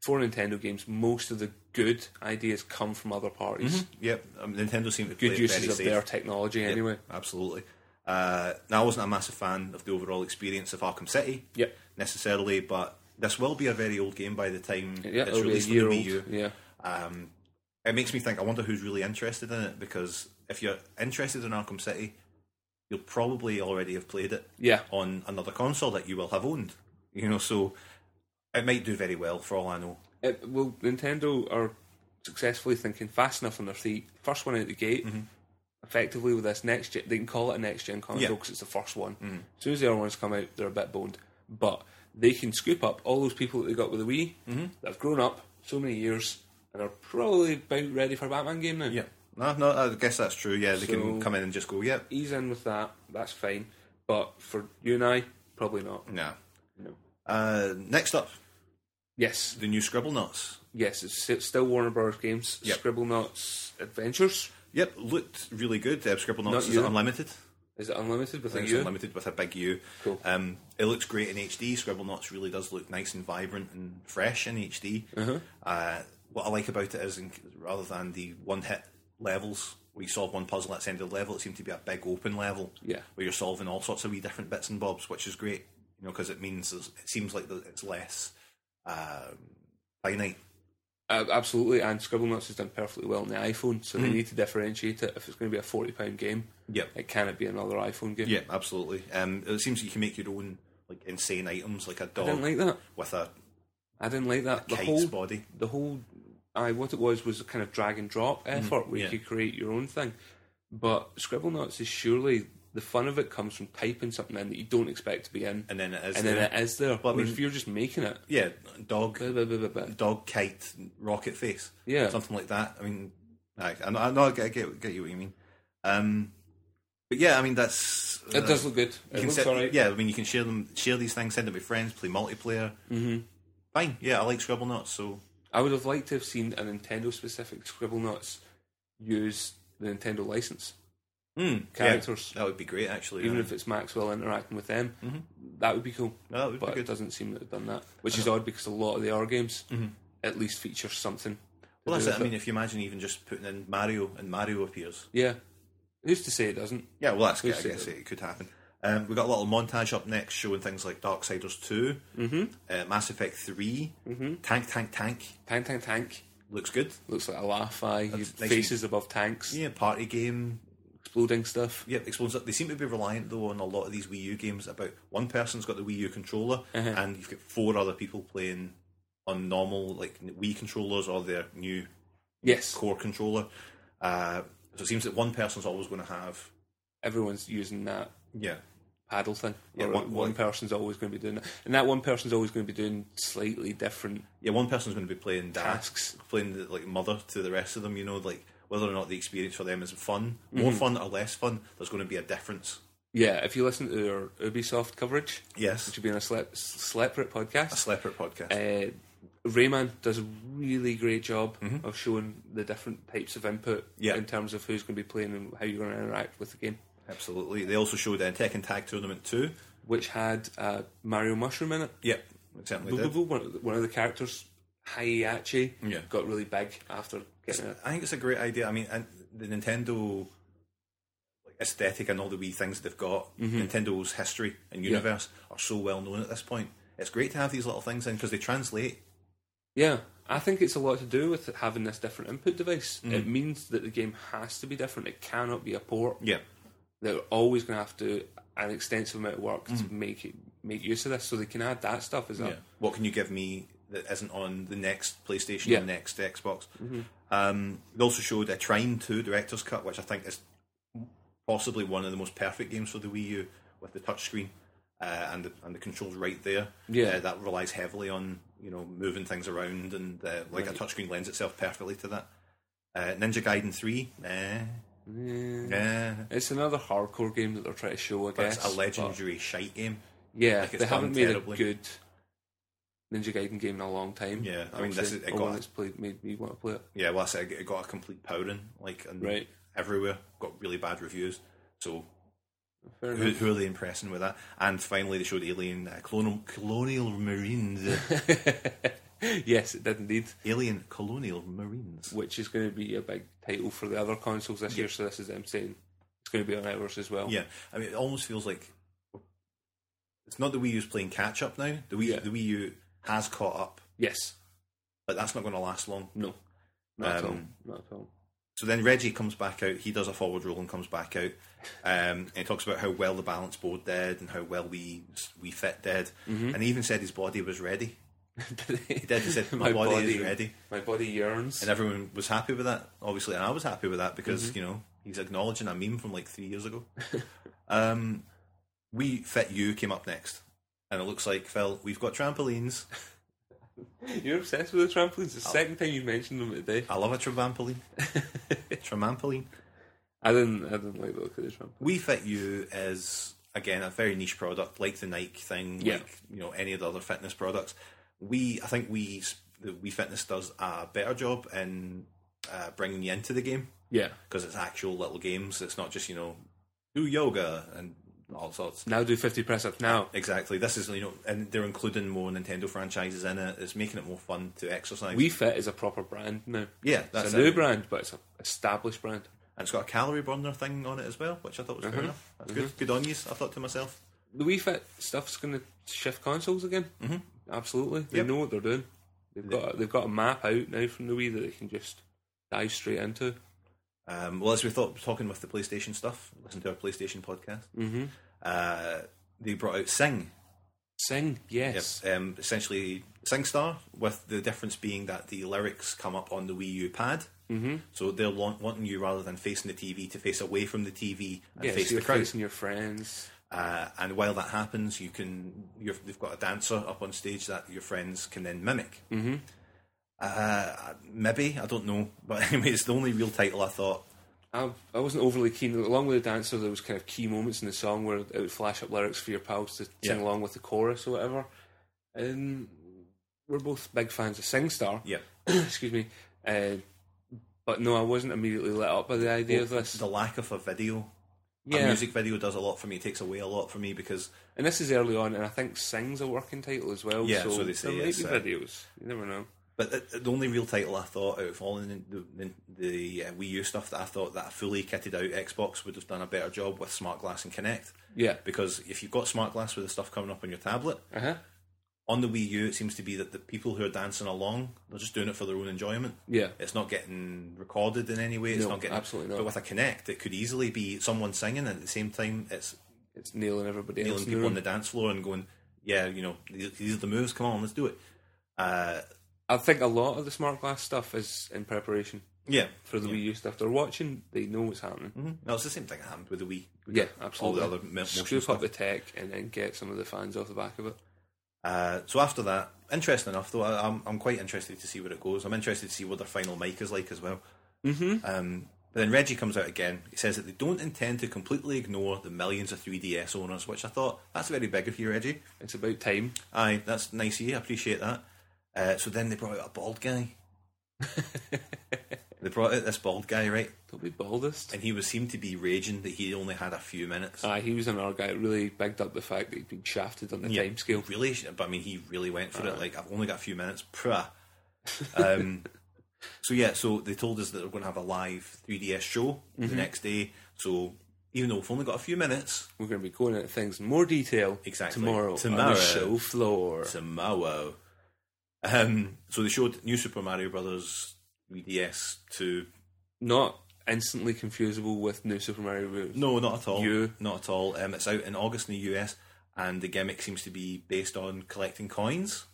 [SPEAKER 2] for Nintendo games, most of the good ideas come from other parties.
[SPEAKER 1] yep. Um, Nintendo seem to play
[SPEAKER 2] Good
[SPEAKER 1] it very
[SPEAKER 2] uses of
[SPEAKER 1] safe.
[SPEAKER 2] their technology, anyway.
[SPEAKER 1] Absolutely. Uh, now, I wasn't a massive fan of the overall experience of Arkham City
[SPEAKER 2] Yep.
[SPEAKER 1] necessarily, but this will be a very old game by the time
[SPEAKER 2] Yeah,
[SPEAKER 1] it's
[SPEAKER 2] it'll be a
[SPEAKER 1] released
[SPEAKER 2] year
[SPEAKER 1] on the Wii
[SPEAKER 2] old.
[SPEAKER 1] U.
[SPEAKER 2] Yeah.
[SPEAKER 1] um, it makes me think. I wonder who's really interested in it because if you're interested in Arkham City, you'll probably already have played it
[SPEAKER 2] Yeah.
[SPEAKER 1] on another console that you will have owned. You know, so it might do very well for all I know.
[SPEAKER 2] It, well, Nintendo are successfully thinking fast enough on their feet. First one out the gate, effectively with this next gen. They can call it a next gen console
[SPEAKER 1] Yeah.
[SPEAKER 2] because it's the first one. As soon as the other ones come out, they're a bit boned. But they can scoop up all those people that they got with the Wii that have grown up so many years and are probably about ready for a Batman game now.
[SPEAKER 1] no, no, I guess that's true. Yeah, they can
[SPEAKER 2] So-
[SPEAKER 1] come in and just go, yeah,
[SPEAKER 2] Ease in with that, that's fine. But for you and I, probably not.
[SPEAKER 1] nah.
[SPEAKER 2] No.
[SPEAKER 1] Uh, next up,
[SPEAKER 2] Yes,
[SPEAKER 1] the new Scribble Nuts.
[SPEAKER 2] yes, it's s- still Warner Bros. Games,
[SPEAKER 1] Yep.
[SPEAKER 2] Scribble Knots Adventures.
[SPEAKER 1] Yep, looked really good. Uh, Scribble Nuts
[SPEAKER 2] Not
[SPEAKER 1] is
[SPEAKER 2] you.
[SPEAKER 1] unlimited.
[SPEAKER 2] Is it unlimited with a
[SPEAKER 1] It's
[SPEAKER 2] U?
[SPEAKER 1] unlimited with a big U.
[SPEAKER 2] Cool.
[SPEAKER 1] Um, it looks great in HD. Scribble Knots really does look nice and vibrant and fresh in HD.
[SPEAKER 2] Uh-huh.
[SPEAKER 1] Uh, what I like about it is, in, rather than the one-hit levels where you solve one puzzle at the end of the level, it seemed to be a big open level.
[SPEAKER 2] Yeah.
[SPEAKER 1] Where you're solving all sorts of wee different bits and bobs, which is great. You know, because it means there's- it seems like that it's less um, finite.
[SPEAKER 2] Uh, absolutely, and Scribble Nuts has done perfectly well on the iPhone, so
[SPEAKER 1] Mm.
[SPEAKER 2] they need to differentiate it. If it's going to be a forty pound game,
[SPEAKER 1] Yep.
[SPEAKER 2] it can't be another iPhone game.
[SPEAKER 1] Yeah, absolutely. Um, it seems you can make your own like insane items, like a
[SPEAKER 2] I didn't
[SPEAKER 1] dog
[SPEAKER 2] like that.
[SPEAKER 1] with a
[SPEAKER 2] I didn't like that. The
[SPEAKER 1] kite's
[SPEAKER 2] whole,
[SPEAKER 1] body.
[SPEAKER 2] the whole, I what it was was a kind of drag and drop effort where
[SPEAKER 1] Mm-hmm. yeah.
[SPEAKER 2] you could create your own thing. But Scribble Nuts is surely the fun of it comes from typing something in that you don't expect to be in,
[SPEAKER 1] And then it is
[SPEAKER 2] and then
[SPEAKER 1] there.
[SPEAKER 2] it is there.
[SPEAKER 1] Well, I
[SPEAKER 2] Whereas
[SPEAKER 1] mean-
[SPEAKER 2] if you're just making it,
[SPEAKER 1] Yeah, dog.
[SPEAKER 2] blah, blah, blah, blah, blah.
[SPEAKER 1] dog kite rocket face.
[SPEAKER 2] Yeah.
[SPEAKER 1] something like that. I mean, I, I know, I, know, I get, I get, get you what you mean. Um, but yeah, I mean that's uh,
[SPEAKER 2] it does look good.
[SPEAKER 1] You
[SPEAKER 2] It
[SPEAKER 1] can
[SPEAKER 2] looks
[SPEAKER 1] set-
[SPEAKER 2] alright.
[SPEAKER 1] Yeah, I mean you can share them, share these things, send them with friends, play multiplayer. Mm-hmm. Fine. Yeah, I like Scribble Nuts. So
[SPEAKER 2] I would have liked to have seen a Nintendo specific Scribble Nuts use the Nintendo license.
[SPEAKER 1] Hmm,
[SPEAKER 2] Characters.
[SPEAKER 1] yeah, that would be great actually. Um,
[SPEAKER 2] even
[SPEAKER 1] yeah. Mm-hmm.
[SPEAKER 2] if it's Maxwell interacting with them, that would be cool.
[SPEAKER 1] No, that would be
[SPEAKER 2] but
[SPEAKER 1] good. Mm-hmm.
[SPEAKER 2] it doesn't seem to have done that, which is odd because a lot of the R games at least feature something to
[SPEAKER 1] Well, that's
[SPEAKER 2] do
[SPEAKER 1] it. I
[SPEAKER 2] with
[SPEAKER 1] mean, if you imagine even just putting in Mario and Mario appears.
[SPEAKER 2] Yeah. Who's to say it doesn't?
[SPEAKER 1] Yeah, well, that's good. I
[SPEAKER 2] We've seen
[SPEAKER 1] guess it could happen. Um, we've got a little montage up next showing things like Darksiders 2, mm-hmm. uh, Mass Effect 3, Tank, Tank, Tank.
[SPEAKER 2] Tank, tank, tank.
[SPEAKER 1] Looks good.
[SPEAKER 2] Looks like a laugh eye. You-
[SPEAKER 1] That's nice.
[SPEAKER 2] faces above tanks,
[SPEAKER 1] Yeah, party game.
[SPEAKER 2] exploding stuff.
[SPEAKER 1] Yeah, explodes up. They seem to be reliant, though, on a lot of these Wii U games about one person's got the Wii U controller and you've got four other people playing on normal, like Wii controllers or their new
[SPEAKER 2] Yes,
[SPEAKER 1] core controller. Uh, so it seems that one person's always going to have.
[SPEAKER 2] everyone's using that
[SPEAKER 1] Yeah.
[SPEAKER 2] paddle thing.
[SPEAKER 1] Yeah,
[SPEAKER 2] Or
[SPEAKER 1] one-
[SPEAKER 2] one,
[SPEAKER 1] one-
[SPEAKER 2] person's always going to be doing that, and that one person's always going to be doing slightly different.
[SPEAKER 1] Yeah, one person's going to be playing dad,
[SPEAKER 2] Tasks.
[SPEAKER 1] playing the, like mother to the rest of them. You know, like whether or not the experience for them is fun, more fun or less fun. There's going to be a difference.
[SPEAKER 2] Yeah, if you listen to our Ubisoft coverage,
[SPEAKER 1] Yes, Eh.
[SPEAKER 2] which will be on a sep- separate
[SPEAKER 1] a
[SPEAKER 2] podcast,
[SPEAKER 1] separate podcast.
[SPEAKER 2] uh, Rayman does a really great job of showing the different types of input
[SPEAKER 1] Mm-hmm. Yeah.
[SPEAKER 2] in terms of who's going to be playing and how you're going to interact with the game.
[SPEAKER 1] Absolutely. They also showed uh, Tekken Tag Tournament Two.
[SPEAKER 2] Which had uh, Mario Mushroom in it.
[SPEAKER 1] Yep, it certainly
[SPEAKER 2] Boo-
[SPEAKER 1] did.
[SPEAKER 2] boo- boo, One one of the characters, Hayachi,
[SPEAKER 1] Yeah.
[SPEAKER 2] got really big after getting it.
[SPEAKER 1] I think it's a great idea. I mean, and the Nintendo like, aesthetic and all the wee things they've got, Nintendo's history and universe are so well known at this point. It's great to have these little things in because they translate.
[SPEAKER 2] Yeah, I think it's a lot to do with having this different input device.
[SPEAKER 1] Mm.
[SPEAKER 2] It means that the game has to be different. It cannot be a port.
[SPEAKER 1] Yeah,
[SPEAKER 2] They're always going to have to an extensive amount of work
[SPEAKER 1] Mm.
[SPEAKER 2] to make it make use of this, so they can add that stuff as well.
[SPEAKER 1] What can you give me that isn't on the next PlayStation,
[SPEAKER 2] Yeah. Mm-hmm.
[SPEAKER 1] the next Xbox? Um, they also showed a Trine 2 Director's Cut, which I think is possibly one of the most perfect games for the Wii U with the touchscreen uh, and the, and the controls right there.
[SPEAKER 2] Yeah.
[SPEAKER 1] Uh, that relies heavily on you know moving things around, and uh, like a touchscreen lends itself perfectly to that. Uh, Ninja Gaiden 3, eh, eh.
[SPEAKER 2] It's another hardcore game that they're trying to show. I
[SPEAKER 1] But
[SPEAKER 2] guess
[SPEAKER 1] it's a legendary shite game.
[SPEAKER 2] Yeah,
[SPEAKER 1] Like, it's
[SPEAKER 2] they haven't
[SPEAKER 1] done
[SPEAKER 2] made
[SPEAKER 1] terribly.
[SPEAKER 2] a good Ninja Gaiden game in a long time.
[SPEAKER 1] Yeah, I
[SPEAKER 2] That
[SPEAKER 1] mean,
[SPEAKER 2] was
[SPEAKER 1] this
[SPEAKER 2] the
[SPEAKER 1] is- it
[SPEAKER 2] only
[SPEAKER 1] got-
[SPEAKER 2] one that's played made me want to play it.
[SPEAKER 1] Yeah, well, I said it got a complete powering, like and
[SPEAKER 2] Right.
[SPEAKER 1] everywhere. Got really bad reviews. So
[SPEAKER 2] Fair
[SPEAKER 1] who,
[SPEAKER 2] enough.
[SPEAKER 1] who are they impressing with that? And finally, they showed Alien uh, Colonial Colonial Marines. uh,
[SPEAKER 2] yes, it did indeed.
[SPEAKER 1] Alien Colonial Marines.
[SPEAKER 2] Which is going to be a big title for the other consoles this year. So this is them saying it's going to be on ours as well.
[SPEAKER 1] Yeah, I mean, it almost feels like it's not the Wii U's playing catch up now. The Wii
[SPEAKER 2] Yeah.
[SPEAKER 1] the Wii U has caught up,
[SPEAKER 2] Yes.
[SPEAKER 1] but that's not going to last long.
[SPEAKER 2] No. Not
[SPEAKER 1] Um,
[SPEAKER 2] at all. Not at all.
[SPEAKER 1] So then Reggie comes back out. He does a forward roll and comes back out. Um, and he talks about how well the balance board did and how well we we fit did.
[SPEAKER 2] Mm-hmm.
[SPEAKER 1] And he even said his body was ready.
[SPEAKER 2] he
[SPEAKER 1] did, he said, "My body is ready."
[SPEAKER 2] My body yearns.
[SPEAKER 1] and everyone was happy with that, obviously, and I was happy with that because you know he's acknowledging a meme from like three years ago. um, we fit you came up next, and it looks like Phil, we've got trampolines.
[SPEAKER 2] You're obsessed with the trampolines. It's
[SPEAKER 1] Oh.
[SPEAKER 2] the second time you mentioned them today.
[SPEAKER 1] I love a trampoline. trampoline.
[SPEAKER 2] I didn't. I didn't like the look of the trampoline.
[SPEAKER 1] We fit you is again a very niche product, like the Nike thing,
[SPEAKER 2] Yeah.
[SPEAKER 1] like you know any of the other fitness products. We, I think we the We Fitness does a better job in uh, bringing you into the game.
[SPEAKER 2] Yeah.
[SPEAKER 1] because it's actual little games. It's not just you know do yoga and all sorts.
[SPEAKER 2] Now do fifty press ups now.
[SPEAKER 1] Exactly. This is you know, and they're including more Nintendo franchises in it. It's making it more fun to exercise.
[SPEAKER 2] We Fit is a proper brand now.
[SPEAKER 1] yeah,
[SPEAKER 2] It's
[SPEAKER 1] that's
[SPEAKER 2] a new
[SPEAKER 1] it.
[SPEAKER 2] brand, but it's an established brand.
[SPEAKER 1] And it's got a calorie burner thing on it as well, which I thought was
[SPEAKER 2] Mm-hmm.
[SPEAKER 1] fair enough. That's good. Good on you. I thought to myself.
[SPEAKER 2] The Wii Fit stuff's going to shift consoles again. Mm-hmm. Absolutely, they
[SPEAKER 1] Yep.
[SPEAKER 2] know what they're doing. They've got they've got a map out now from the Wii that they can just dive straight into.
[SPEAKER 1] Um, well, as we thought, talking with the PlayStation stuff, listen to our PlayStation podcast. Mm-hmm. Uh, they brought out Sing,
[SPEAKER 2] Sing,
[SPEAKER 1] Yep.
[SPEAKER 2] yes,
[SPEAKER 1] Um, essentially, SingStar, with the difference being that the lyrics come up on the Wii U pad. Mm-hmm. So they're want- wanting you rather than facing the TV to face away from the TV and
[SPEAKER 2] yes,
[SPEAKER 1] face
[SPEAKER 2] you're
[SPEAKER 1] the crowd.
[SPEAKER 2] facing your friends.
[SPEAKER 1] Uh, and while that happens, you can you're, they've got a dancer up on stage that your friends can then mimic. Mm-hmm. Uh, maybe I don't know, but anyway, it's the only real title I thought.
[SPEAKER 2] I, I wasn't overly keen. Along with the dancer, there was kind of key moments in the song where it would flash up lyrics for your pals to sing
[SPEAKER 1] Yeah.
[SPEAKER 2] along with the chorus or whatever. And we're both big fans of SingStar.
[SPEAKER 1] Yeah,
[SPEAKER 2] Excuse me. Uh, but no, I wasn't immediately lit up by the idea of this.
[SPEAKER 1] the lack of a video.
[SPEAKER 2] yeah,
[SPEAKER 1] A music video does a lot for me. It takes away a lot for me because
[SPEAKER 2] and this is early on, and I think Sing's a working title as well.
[SPEAKER 1] Yeah,
[SPEAKER 2] so,
[SPEAKER 1] so they say
[SPEAKER 2] there might
[SPEAKER 1] it's,
[SPEAKER 2] be
[SPEAKER 1] uh,
[SPEAKER 2] videos. You never know.
[SPEAKER 1] But the, the only real title I thought out of all the, the, the uh, Wii U stuff that I thought that a fully kitted out Xbox would have done a better job with Smart Glass and Connect.
[SPEAKER 2] Yeah.
[SPEAKER 1] Because if you've got Smart Glass with the stuff coming up on your tablet,
[SPEAKER 2] Uh huh.
[SPEAKER 1] on the Wii U, it seems to be that the people who are dancing along, they're just doing it for their own enjoyment.
[SPEAKER 2] Yeah.
[SPEAKER 1] It's not getting recorded in any way. It's
[SPEAKER 2] No,
[SPEAKER 1] not getting
[SPEAKER 2] absolutely not.
[SPEAKER 1] But with a Connect, it could easily be someone singing, and at the same time, it's
[SPEAKER 2] It's nailing everybody
[SPEAKER 1] feeling
[SPEAKER 2] else. in the
[SPEAKER 1] people on
[SPEAKER 2] room.
[SPEAKER 1] the dance floor and going, "Yeah, you know, these, these are the moves. Come on, let's do it." Uh,
[SPEAKER 2] I think a lot of the smart glass stuff is in preparation
[SPEAKER 1] yeah,
[SPEAKER 2] for the Wii U stuff. They're watching. They know what's happening.
[SPEAKER 1] Mhm. no, it's the same thing that happened with the Wii.
[SPEAKER 2] Yeah, absolutely.
[SPEAKER 1] All the other mo- motion
[SPEAKER 2] Scoop
[SPEAKER 1] stuff.
[SPEAKER 2] up the tech and then get some of the fans off the back of it.
[SPEAKER 1] Uh, so after that, interesting enough though, I, I'm I'm quite interested to see where it goes. I'm interested to see what their final mic is like as well. Mm-hmm. Um, but then Reggie comes out again. He says that they don't intend to completely ignore the millions of 3DS owners, which I thought that's very big of you, Reggie.
[SPEAKER 2] It's about time.
[SPEAKER 1] Aye, that's nice of you. I appreciate that. Uh, so then they brought out a bald guy. they brought out this bald guy, right?
[SPEAKER 2] Don't be baldest.
[SPEAKER 1] And he was seemed to be raging that he only had a few minutes.
[SPEAKER 2] Aye, he was another guy that really bigged up the fact that he'd been shafted on the
[SPEAKER 1] Yeah. Uh-huh.
[SPEAKER 2] time scale.
[SPEAKER 1] Really, sh- but I mean, he really went for it. Like, I've only got a few minutes. Pruh. Um, so yeah, so they told us that they're going to have a live 3DS show the next day. So even though we've only got a few minutes
[SPEAKER 2] We're going to be going into things in more detail
[SPEAKER 1] Exactly.
[SPEAKER 2] tomorrow, on
[SPEAKER 1] Tomorrow.
[SPEAKER 2] the show floor.
[SPEAKER 1] tomorrow, um, so they showed New Super Mario Brothers 3DS to
[SPEAKER 2] Not instantly confusable with New Super Mario Bros.
[SPEAKER 1] no, not at all,
[SPEAKER 2] You.
[SPEAKER 1] not at all. Um, it's out in August in the US, and the gimmick seems to be based on collecting coins.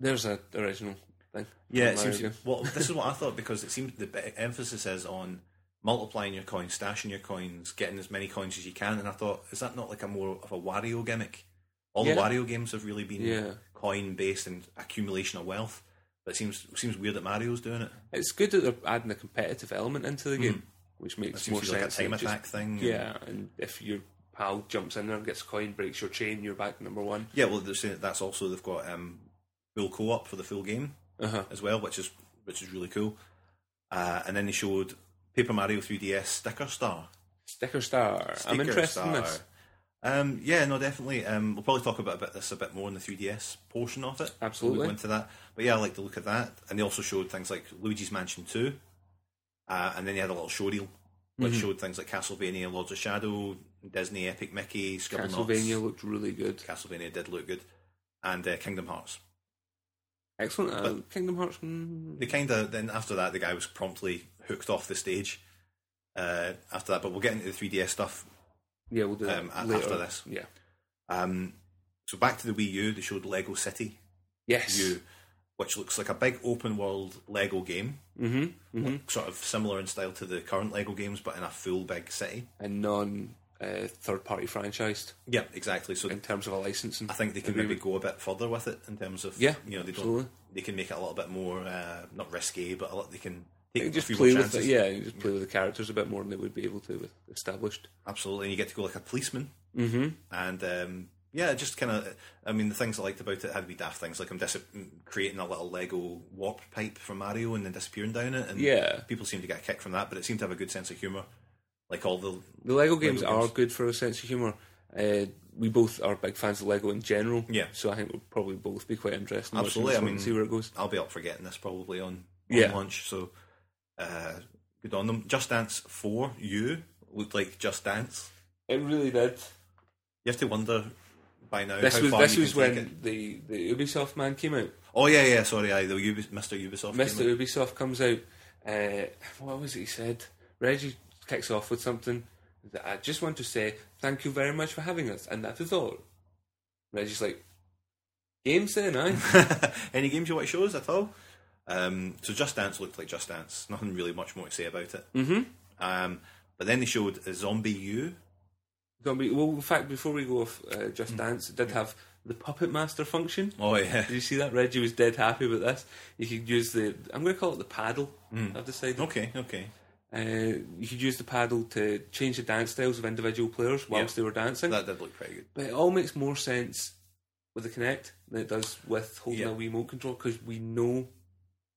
[SPEAKER 2] There's a original thing.
[SPEAKER 1] Yeah, it
[SPEAKER 2] Mario
[SPEAKER 1] seems.
[SPEAKER 2] game.
[SPEAKER 1] Well, this is what I thought because it seems the be- emphasis is on multiplying your coins, stashing your coins, getting as many coins as you can. And I thought, is that not like a more of a Wario gimmick? All
[SPEAKER 2] Yeah.
[SPEAKER 1] the Wario games have really been
[SPEAKER 2] Yeah.
[SPEAKER 1] coin based and accumulation of wealth. But it seems seems weird that Mario's doing it.
[SPEAKER 2] It's good that they're adding a competitive element into the game, which
[SPEAKER 1] It
[SPEAKER 2] makes more
[SPEAKER 1] Hmm. seems to be like a
[SPEAKER 2] sense. than
[SPEAKER 1] time
[SPEAKER 2] just-
[SPEAKER 1] attack thing.
[SPEAKER 2] Yeah, and if your pal jumps in there and gets a coin, breaks your chain, you're back to number one.
[SPEAKER 1] yeah. Well, they're saying that that's also they've got um, full co op for the full game.
[SPEAKER 2] Uh huh.
[SPEAKER 1] as well, which is which is really cool. Uh, and then they showed Paper Mario 3DS Sticker Star.
[SPEAKER 2] Sticker star. I'm
[SPEAKER 1] Sticker
[SPEAKER 2] interested in
[SPEAKER 1] Star.
[SPEAKER 2] this.
[SPEAKER 1] Um, yeah, no, definitely. Um, we'll probably talk about, about this a bit more in the 3DS portion of it.
[SPEAKER 2] Absolutely.
[SPEAKER 1] We'll go into that. But yeah, I like the look of that. And they also showed things like Luigi's Mansion 2. Uh, and then they had a little show reel, which
[SPEAKER 2] Mm-hmm.
[SPEAKER 1] showed things like Castlevania, Lords of Shadow, Disney, Epic Mickey, Scribblenauts.
[SPEAKER 2] Castlevania looked really good.
[SPEAKER 1] Castlevania did look good. And uh, Kingdom Hearts.
[SPEAKER 2] Excellent. Uh, Kingdom Hearts. mm,
[SPEAKER 1] they kind of then after that the guy was promptly hooked off the stage uh, after that but we'll get into the 3ds stuff
[SPEAKER 2] yeah, we'll do that
[SPEAKER 1] Um, a-
[SPEAKER 2] later.
[SPEAKER 1] after this.
[SPEAKER 2] Yeah.
[SPEAKER 1] um, so back to the wii u they showed lego city
[SPEAKER 2] Yes.
[SPEAKER 1] u which looks like a big open world lego game
[SPEAKER 2] Mm-hmm. mm-hmm.
[SPEAKER 1] sort of similar in style to the current lego games but in a full big city
[SPEAKER 2] And non uh, third party franchised
[SPEAKER 1] yeah exactly so
[SPEAKER 2] in terms of a licensing.
[SPEAKER 1] i think they can maybe go a bit further with it in terms of
[SPEAKER 2] Yeah,
[SPEAKER 1] you know they don't
[SPEAKER 2] absolutely.
[SPEAKER 1] they can make it a little bit more uh, not risky but a lot they can take
[SPEAKER 2] You
[SPEAKER 1] a
[SPEAKER 2] just
[SPEAKER 1] few
[SPEAKER 2] play
[SPEAKER 1] more
[SPEAKER 2] with
[SPEAKER 1] chances
[SPEAKER 2] it, yeah. You just play with the characters a bit more than they would be able to with established.
[SPEAKER 1] Absolutely, and you get to go like a policeman. Mm-hmm. And um, yeah, just kind of. I mean, the things I liked about it had to be daft things like I'm dis- mm, creating a little Lego warp pipe from Mario and then disappearing down it, and
[SPEAKER 2] Yeah.
[SPEAKER 1] people seem to get a kick from that. But it seemed to have a good sense of humor, like all the
[SPEAKER 2] The Lego games
[SPEAKER 1] Lego
[SPEAKER 2] are
[SPEAKER 1] games.
[SPEAKER 2] good for a sense of humour. Uh, we both are big fans of Lego in general,
[SPEAKER 1] Yeah.
[SPEAKER 2] So I think we'll probably both be quite interested. in watching
[SPEAKER 1] Absolutely,
[SPEAKER 2] this
[SPEAKER 1] I
[SPEAKER 2] one and
[SPEAKER 1] mean-
[SPEAKER 2] see where it goes.
[SPEAKER 1] I'll be up for getting this probably on, on
[SPEAKER 2] Yeah.
[SPEAKER 1] launch. So uh, good on them. Just Dance Four, you looked like Just Dance.
[SPEAKER 2] It really did.
[SPEAKER 1] You have to wonder by now
[SPEAKER 2] This
[SPEAKER 1] how
[SPEAKER 2] was
[SPEAKER 1] far
[SPEAKER 2] this
[SPEAKER 1] you
[SPEAKER 2] was
[SPEAKER 1] can take
[SPEAKER 2] when
[SPEAKER 1] it.
[SPEAKER 2] the, the Ubisoft man came out.
[SPEAKER 1] Oh yeah, yeah. Sorry, I the Ubis, Mr. Ubisoft. came
[SPEAKER 2] Mr. Ubisoft comes out. Uh, what was it he said? Reggie kicks off with something. That I just want to say thank you very much for having us, and that is all. Reggie's like, games then, aye?
[SPEAKER 1] Any games you want to show us at all? Um, so Just Dance looked like Just Dance. Nothing really much more to say about it. Mm-hmm. Um, but then they showed a Zombie U.
[SPEAKER 2] Zombie. Well, in fact, before we go off uh,
[SPEAKER 1] Mm.
[SPEAKER 2] Just Dance, it did have the Puppet Master function.
[SPEAKER 1] Oh yeah.
[SPEAKER 2] Did you see that? Reggie was dead happy with this. You could use the. I'm going to call it the paddle.
[SPEAKER 1] Mm.
[SPEAKER 2] I've decided.
[SPEAKER 1] Okay, okay.
[SPEAKER 2] Uh, you could use the paddle to change the dance styles of individual players whilst they were dancing.
[SPEAKER 1] That did look pretty good.
[SPEAKER 2] but it all makes more sense with the Kinect than it does with holding
[SPEAKER 1] Yeah.
[SPEAKER 2] a Wiimote control because we know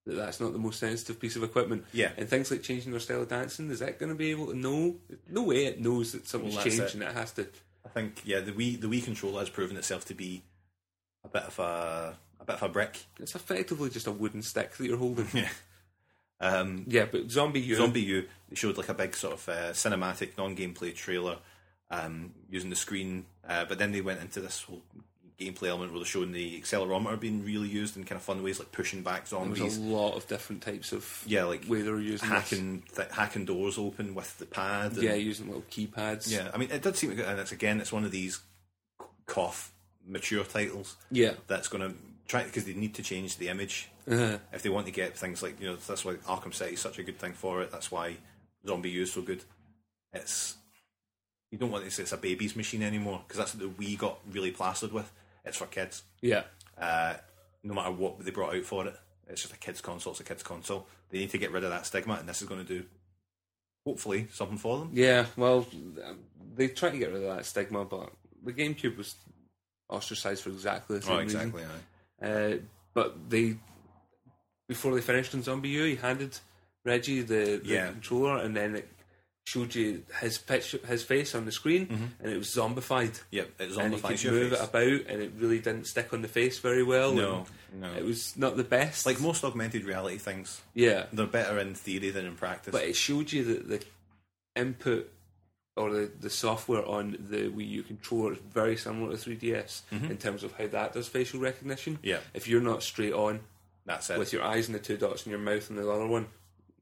[SPEAKER 2] that that's not the most sensitive piece of equipment.
[SPEAKER 1] Yeah.
[SPEAKER 2] And things like changing their style of dancing, is that going to be able to know? No way it knows that something's
[SPEAKER 1] that's
[SPEAKER 2] changed
[SPEAKER 1] it.
[SPEAKER 2] and it has to.
[SPEAKER 1] I think yeah, the Wii the Wii controller has proven itself to be a bit of a a a bit of a brick.
[SPEAKER 2] It's effectively just a wooden stick that you're holding.
[SPEAKER 1] Yeah. Um,
[SPEAKER 2] Yeah, but zombie you
[SPEAKER 1] Zombie U they showed like a big sort of uh, cinematic non-gameplay trailer um, using the screen, uh, but then they went into this whole gameplay element where they're showing the accelerometer being really used in kind of fun ways, like pushing back zombies.
[SPEAKER 2] There's a lot of different types of
[SPEAKER 1] Yeah, like
[SPEAKER 2] way they were using this.
[SPEAKER 1] hacking th- hacking doors open with the pad. And,
[SPEAKER 2] Yeah, using little keypads.
[SPEAKER 1] yeah. I mean, it did seem, and it's again, it's one of these c- cough mature titles
[SPEAKER 2] yeah,
[SPEAKER 1] that's going to try because they need to change the image
[SPEAKER 2] Uh-huh.
[SPEAKER 1] if they want to get things like you know that's why Arkham City is such a good thing for it. That's why Zombie U is so good. It's you don't want to say it's a baby's machine anymore because that's what we got really plastered with. It's for kids.
[SPEAKER 2] yeah.
[SPEAKER 1] Uh, no matter what they brought out for it, it's just a kids console. It's a kids console. They need to get rid of that stigma, and this is going to do hopefully something for them.
[SPEAKER 2] Yeah, well, um, they try to get rid of that stigma, but the GameCube was ostracized for Oh, exactly the same
[SPEAKER 1] Right, Oh, exactly. Aye.
[SPEAKER 2] reason. Uh, but they, before they finished on Zombie U, he handed Reggie the, the
[SPEAKER 1] Yeah.
[SPEAKER 2] controller, and then it showed you his picture, his face on the screen,
[SPEAKER 1] Mm-hmm.
[SPEAKER 2] and it was zombified.
[SPEAKER 1] Yep, it's on
[SPEAKER 2] And
[SPEAKER 1] the
[SPEAKER 2] you could
[SPEAKER 1] face. your
[SPEAKER 2] move
[SPEAKER 1] face.
[SPEAKER 2] it about, and it really didn't stick on the face very well.
[SPEAKER 1] No,
[SPEAKER 2] and
[SPEAKER 1] no.
[SPEAKER 2] it was not the best.
[SPEAKER 1] Like most augmented reality things,
[SPEAKER 2] yeah,
[SPEAKER 1] they're better in theory than in practice.
[SPEAKER 2] but it showed you that the input or the, the software on the Wii U controller is very similar to 3DS in terms of how that does facial recognition.
[SPEAKER 1] Mm-hmm. Yeah.
[SPEAKER 2] If you're not straight on
[SPEAKER 1] that's it.
[SPEAKER 2] with your eyes and the two dots and your mouth and the other one,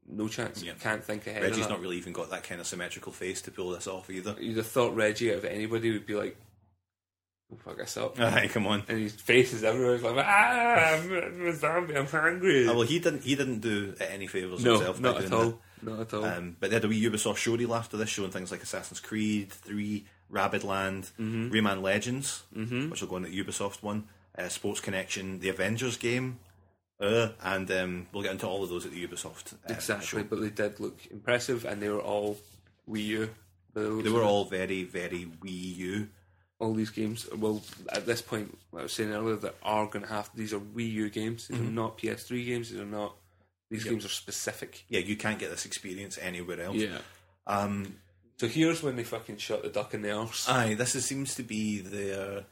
[SPEAKER 2] no chance.
[SPEAKER 1] Yeah.
[SPEAKER 2] You can't think ahead.
[SPEAKER 1] Reggie's
[SPEAKER 2] of that.
[SPEAKER 1] not really even got that kind of symmetrical face to pull this off either.
[SPEAKER 2] You'd have thought Reggie out of anybody would be like, oh, fuck this up.
[SPEAKER 1] Aye, come on.
[SPEAKER 2] and his face is everywhere. He's like, ah, I'm, I'm a zombie, I'm hungry.
[SPEAKER 1] Oh, well, he didn't. He didn't do it any favors
[SPEAKER 2] no,
[SPEAKER 1] himself. by
[SPEAKER 2] not at,
[SPEAKER 1] doing
[SPEAKER 2] all. Not at all.
[SPEAKER 1] that. Um, but they had a wee Ubisoft show deal after this, showing things like Assassin's Creed Three, Rabid Land,
[SPEAKER 2] Mm-hmm.
[SPEAKER 1] Rayman Legends, which will go on the Ubisoft one, uh, Sports Connection, the Avengers game, uh, and um, we'll get into all of those at the Ubisoft. uh,
[SPEAKER 2] Exactly,
[SPEAKER 1] show.
[SPEAKER 2] but they did look impressive, and they were all Wii U.
[SPEAKER 1] They were all very, very Wii U.
[SPEAKER 2] all these games. Well, at this point, like I was saying earlier, that are going to have these are Wii U games. These are
[SPEAKER 1] Mm-hmm.
[SPEAKER 2] not PS3 games. These are not. These games are specific.
[SPEAKER 1] Yeah, you can't get this experience anywhere else. Um,
[SPEAKER 2] So here's when they fucking shot the duck in the arse.
[SPEAKER 1] Aye, this is, seems to be the. uh,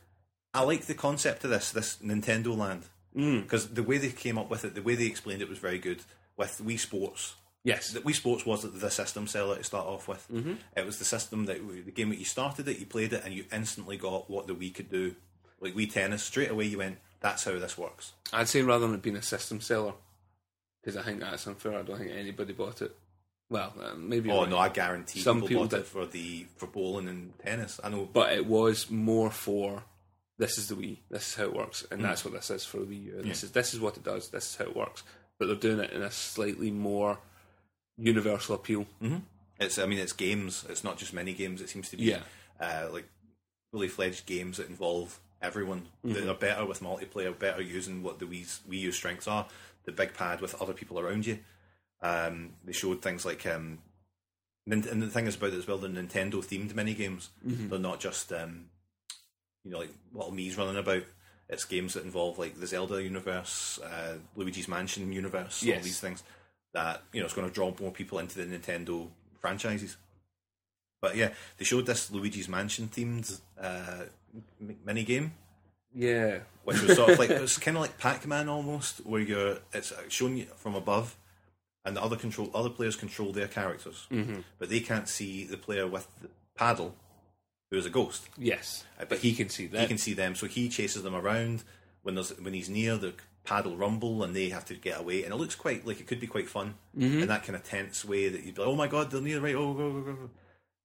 [SPEAKER 1] I like the concept of this, this Nintendo Land,
[SPEAKER 2] Mm.
[SPEAKER 1] because the way they came up with it, the way they explained it was very good. With Wii Sports,
[SPEAKER 2] yes.
[SPEAKER 1] that Wii Sports was the system seller to start off with.
[SPEAKER 2] Mm-hmm.
[SPEAKER 1] It was the system that w- the game that you started it, you played it, and you instantly got what the Wii could do. Like Wii Tennis, straight away you went, "That's how this works."
[SPEAKER 2] I'd say rather than it being a system seller, because I think that's unfair. I don't think anybody bought it. Well, uh, maybe.
[SPEAKER 1] Oh
[SPEAKER 2] right.
[SPEAKER 1] no, I guarantee
[SPEAKER 2] Some
[SPEAKER 1] people,
[SPEAKER 2] people
[SPEAKER 1] bought
[SPEAKER 2] did.
[SPEAKER 1] it for the for bowling and tennis. I know,
[SPEAKER 2] but it was more for this is the Wii, this is how it works,
[SPEAKER 1] Mm.
[SPEAKER 2] and that's what this is for the Wii U. This is this is what it does, this is how it works. But they're doing it in a slightly more universal appeal.
[SPEAKER 1] Mm. It's I mean it's games. It's not just mini games. It seems to be
[SPEAKER 2] Yeah.
[SPEAKER 1] uh, like fully fledged games that involve everyone.
[SPEAKER 2] Mm-hmm.
[SPEAKER 1] That are better with multiplayer, better using what the Wii's, Wii U strengths are. The big pad with other people around you. Um, they showed things like um, Nin- and the thing is about it as well. They're Nintendo themed mini games. They're not just um, you know like little me's running about. It's games that involve like the Zelda universe, uh, Luigi's Mansion universe, all
[SPEAKER 2] Yes.
[SPEAKER 1] these things that you know it's going to draw more people into the Nintendo franchises. But yeah, they showed this Luigi's Mansion themed uh, m- mini game,
[SPEAKER 2] Yeah.
[SPEAKER 1] which was sort of like it's kind of like Pac Man almost, where you're it's shown you from above, and the other control other players control their characters, but they can't see the player with the paddle, who is a ghost.
[SPEAKER 2] Yes.
[SPEAKER 1] Uh,
[SPEAKER 2] But he can see that.
[SPEAKER 1] He can see them, so he chases them around. When there's when he's near, the paddle rumble, and they have to get away. And it looks quite like it could be quite fun in that kind of tense way that you'd be like, "Oh my god, they're near, right? Oh, go, go, go, go,"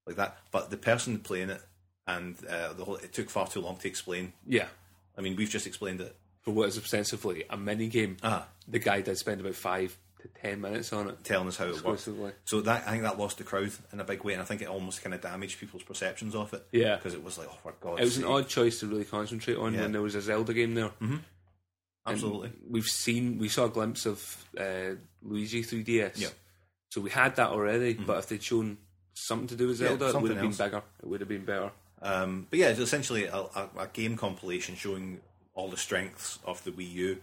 [SPEAKER 1] like that." But the person playing it and uh, the whole it took far too long to explain.
[SPEAKER 2] yeah.
[SPEAKER 1] I mean, we've just explained it.
[SPEAKER 2] For what is ostensibly a mini game,
[SPEAKER 1] Ah.
[SPEAKER 2] the guy did spend about five to ten minutes on it.
[SPEAKER 1] telling us how it works.
[SPEAKER 2] Exclusively.
[SPEAKER 1] So that I think that lost the crowd in a big way, and I think it almost kind of damaged people's perceptions of it.
[SPEAKER 2] Yeah.
[SPEAKER 1] because it was like, oh my god,
[SPEAKER 2] It was an odd choice to really concentrate on
[SPEAKER 1] Yeah.
[SPEAKER 2] when there was a Zelda game there.
[SPEAKER 1] absolutely.
[SPEAKER 2] We've seen we saw a glimpse of uh, Luigi 3DS.
[SPEAKER 1] Yeah. Mm-hmm.
[SPEAKER 2] So we had that already, but if they'd shown something to do with
[SPEAKER 1] Yeah,
[SPEAKER 2] Zelda, it would have
[SPEAKER 1] something
[SPEAKER 2] been
[SPEAKER 1] else.
[SPEAKER 2] bigger. It would have been better.
[SPEAKER 1] Um, but yeah, it's essentially a, a, a game compilation showing all the strengths of the Wii U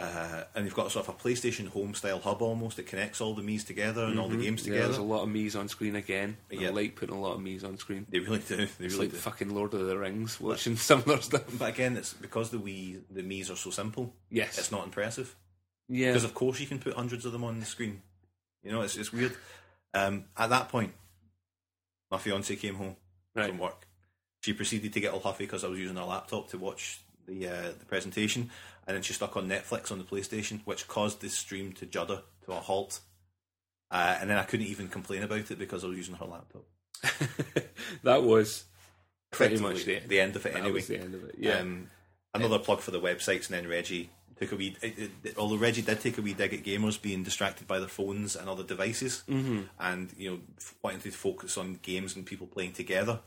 [SPEAKER 1] Uh, and you've got sort of a PlayStation Home style hub almost that connects all the Mii's together and all the games
[SPEAKER 2] Mm-hmm. Yeah, there's
[SPEAKER 1] together.
[SPEAKER 2] a lot of Mii's on screen again.
[SPEAKER 1] Yeah.
[SPEAKER 2] I like putting a lot of Mii's on screen.
[SPEAKER 1] they really do. They
[SPEAKER 2] It's
[SPEAKER 1] really
[SPEAKER 2] like
[SPEAKER 1] do.
[SPEAKER 2] fucking Lord of the Rings watching some of their stuff.
[SPEAKER 1] But again, it's because the Wii, the Mii's are so simple.
[SPEAKER 2] Yes.
[SPEAKER 1] it's not impressive
[SPEAKER 2] Yeah.
[SPEAKER 1] because of course you can put hundreds of them on the screen. You know, it's it's weird. Um, at that point, my fiance came home
[SPEAKER 2] Right.
[SPEAKER 1] from work. She proceeded to get all huffy because I was using her laptop to watch the uh, the presentation, and then she stuck on Netflix on the PlayStation, which caused the stream to judder to a halt. Uh, and then I couldn't even complain about it because I was using her laptop.
[SPEAKER 2] that was pretty much
[SPEAKER 1] Effectively,
[SPEAKER 2] the,
[SPEAKER 1] the end of it
[SPEAKER 2] that
[SPEAKER 1] anyway.
[SPEAKER 2] was the end of it. Yeah.
[SPEAKER 1] Um, another plug for the websites, and then Reggie took a wee. It, it- it- although Reggie did take a wee dig at gamers being distracted by their phones and other devices,
[SPEAKER 2] Mm-hmm.
[SPEAKER 1] and you know f- wanting to focus on games and people playing together.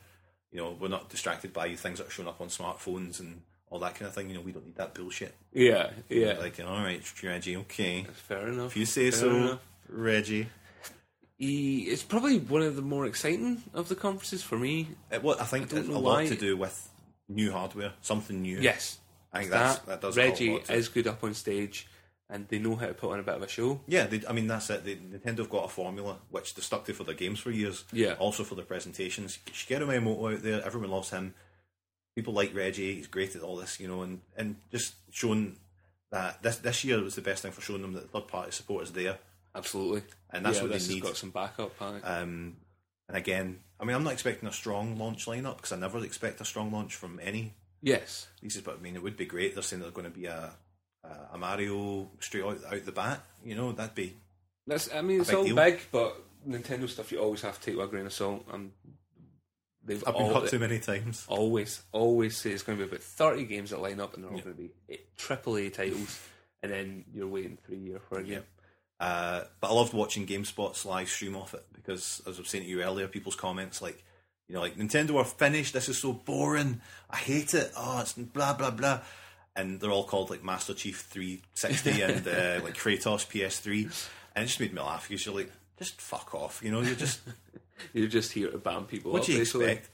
[SPEAKER 1] You know, we're not distracted by things that are showing up on smartphones and all that kind of thing. You know, we don't need that bullshit.
[SPEAKER 2] yeah. Yeah.
[SPEAKER 1] Like, all right, Reggie, okay,
[SPEAKER 2] Fair enough.
[SPEAKER 1] if you say
[SPEAKER 2] Fair
[SPEAKER 1] so,
[SPEAKER 2] enough.
[SPEAKER 1] Reggie.
[SPEAKER 2] E- It's probably one of the more exciting of the conferences for me.
[SPEAKER 1] It, well, I think
[SPEAKER 2] don't
[SPEAKER 1] it's a
[SPEAKER 2] know
[SPEAKER 1] lot
[SPEAKER 2] why.
[SPEAKER 1] to do with new hardware, something new.
[SPEAKER 2] Yes.
[SPEAKER 1] I think that's, that
[SPEAKER 2] That,
[SPEAKER 1] does help a
[SPEAKER 2] Reggie
[SPEAKER 1] lot to it.
[SPEAKER 2] is good up on stage and they know how to put on a bit of a show.
[SPEAKER 1] Yeah, they, I mean that's it. They, Nintendo have got a formula which they've stuck to for their games for years.
[SPEAKER 2] Yeah.
[SPEAKER 1] Also for their presentations. Shigeru Miyamoto out there, everyone loves him. People like Reggie. He's great at all this, you know, and and just showing that this this year was the best thing for showing them that third party support is there.
[SPEAKER 2] Absolutely.
[SPEAKER 1] And that's
[SPEAKER 2] Yeah,
[SPEAKER 1] what they
[SPEAKER 2] this
[SPEAKER 1] need.
[SPEAKER 2] Has got some backup. I think.
[SPEAKER 1] Um, and again, I mean, I'm not expecting a strong launch lineup because I never expect a strong launch from any
[SPEAKER 2] yes.
[SPEAKER 1] This is, but I mean, it would be great. They're saying they're going to be a a Mario straight out, out the bat. You know, that'd be
[SPEAKER 2] That's. I mean, it's
[SPEAKER 1] big
[SPEAKER 2] all
[SPEAKER 1] deal.
[SPEAKER 2] big, but Nintendo stuff you always have to take with a grain of salt. And they've
[SPEAKER 1] I've been
[SPEAKER 2] all-
[SPEAKER 1] cut too many times.
[SPEAKER 2] always, always say it's going to be about 30 games that line up and they're all going to be eight- triple A titles, and then you're waiting three years for a game.
[SPEAKER 1] Uh, but I loved watching GameSpot's live stream off it because, as I was saying to you earlier, people's comments like, you know, like Nintendo are finished. This is so boring. I hate it. Oh, it's blah blah blah. And they're all called like Master Chief 360 and uh, like Kratos PS3, and it just made me laugh because you're like, just fuck off. You know, you're just
[SPEAKER 2] You're just here to bam people
[SPEAKER 1] what
[SPEAKER 2] up.
[SPEAKER 1] do you
[SPEAKER 2] basically.
[SPEAKER 1] expect?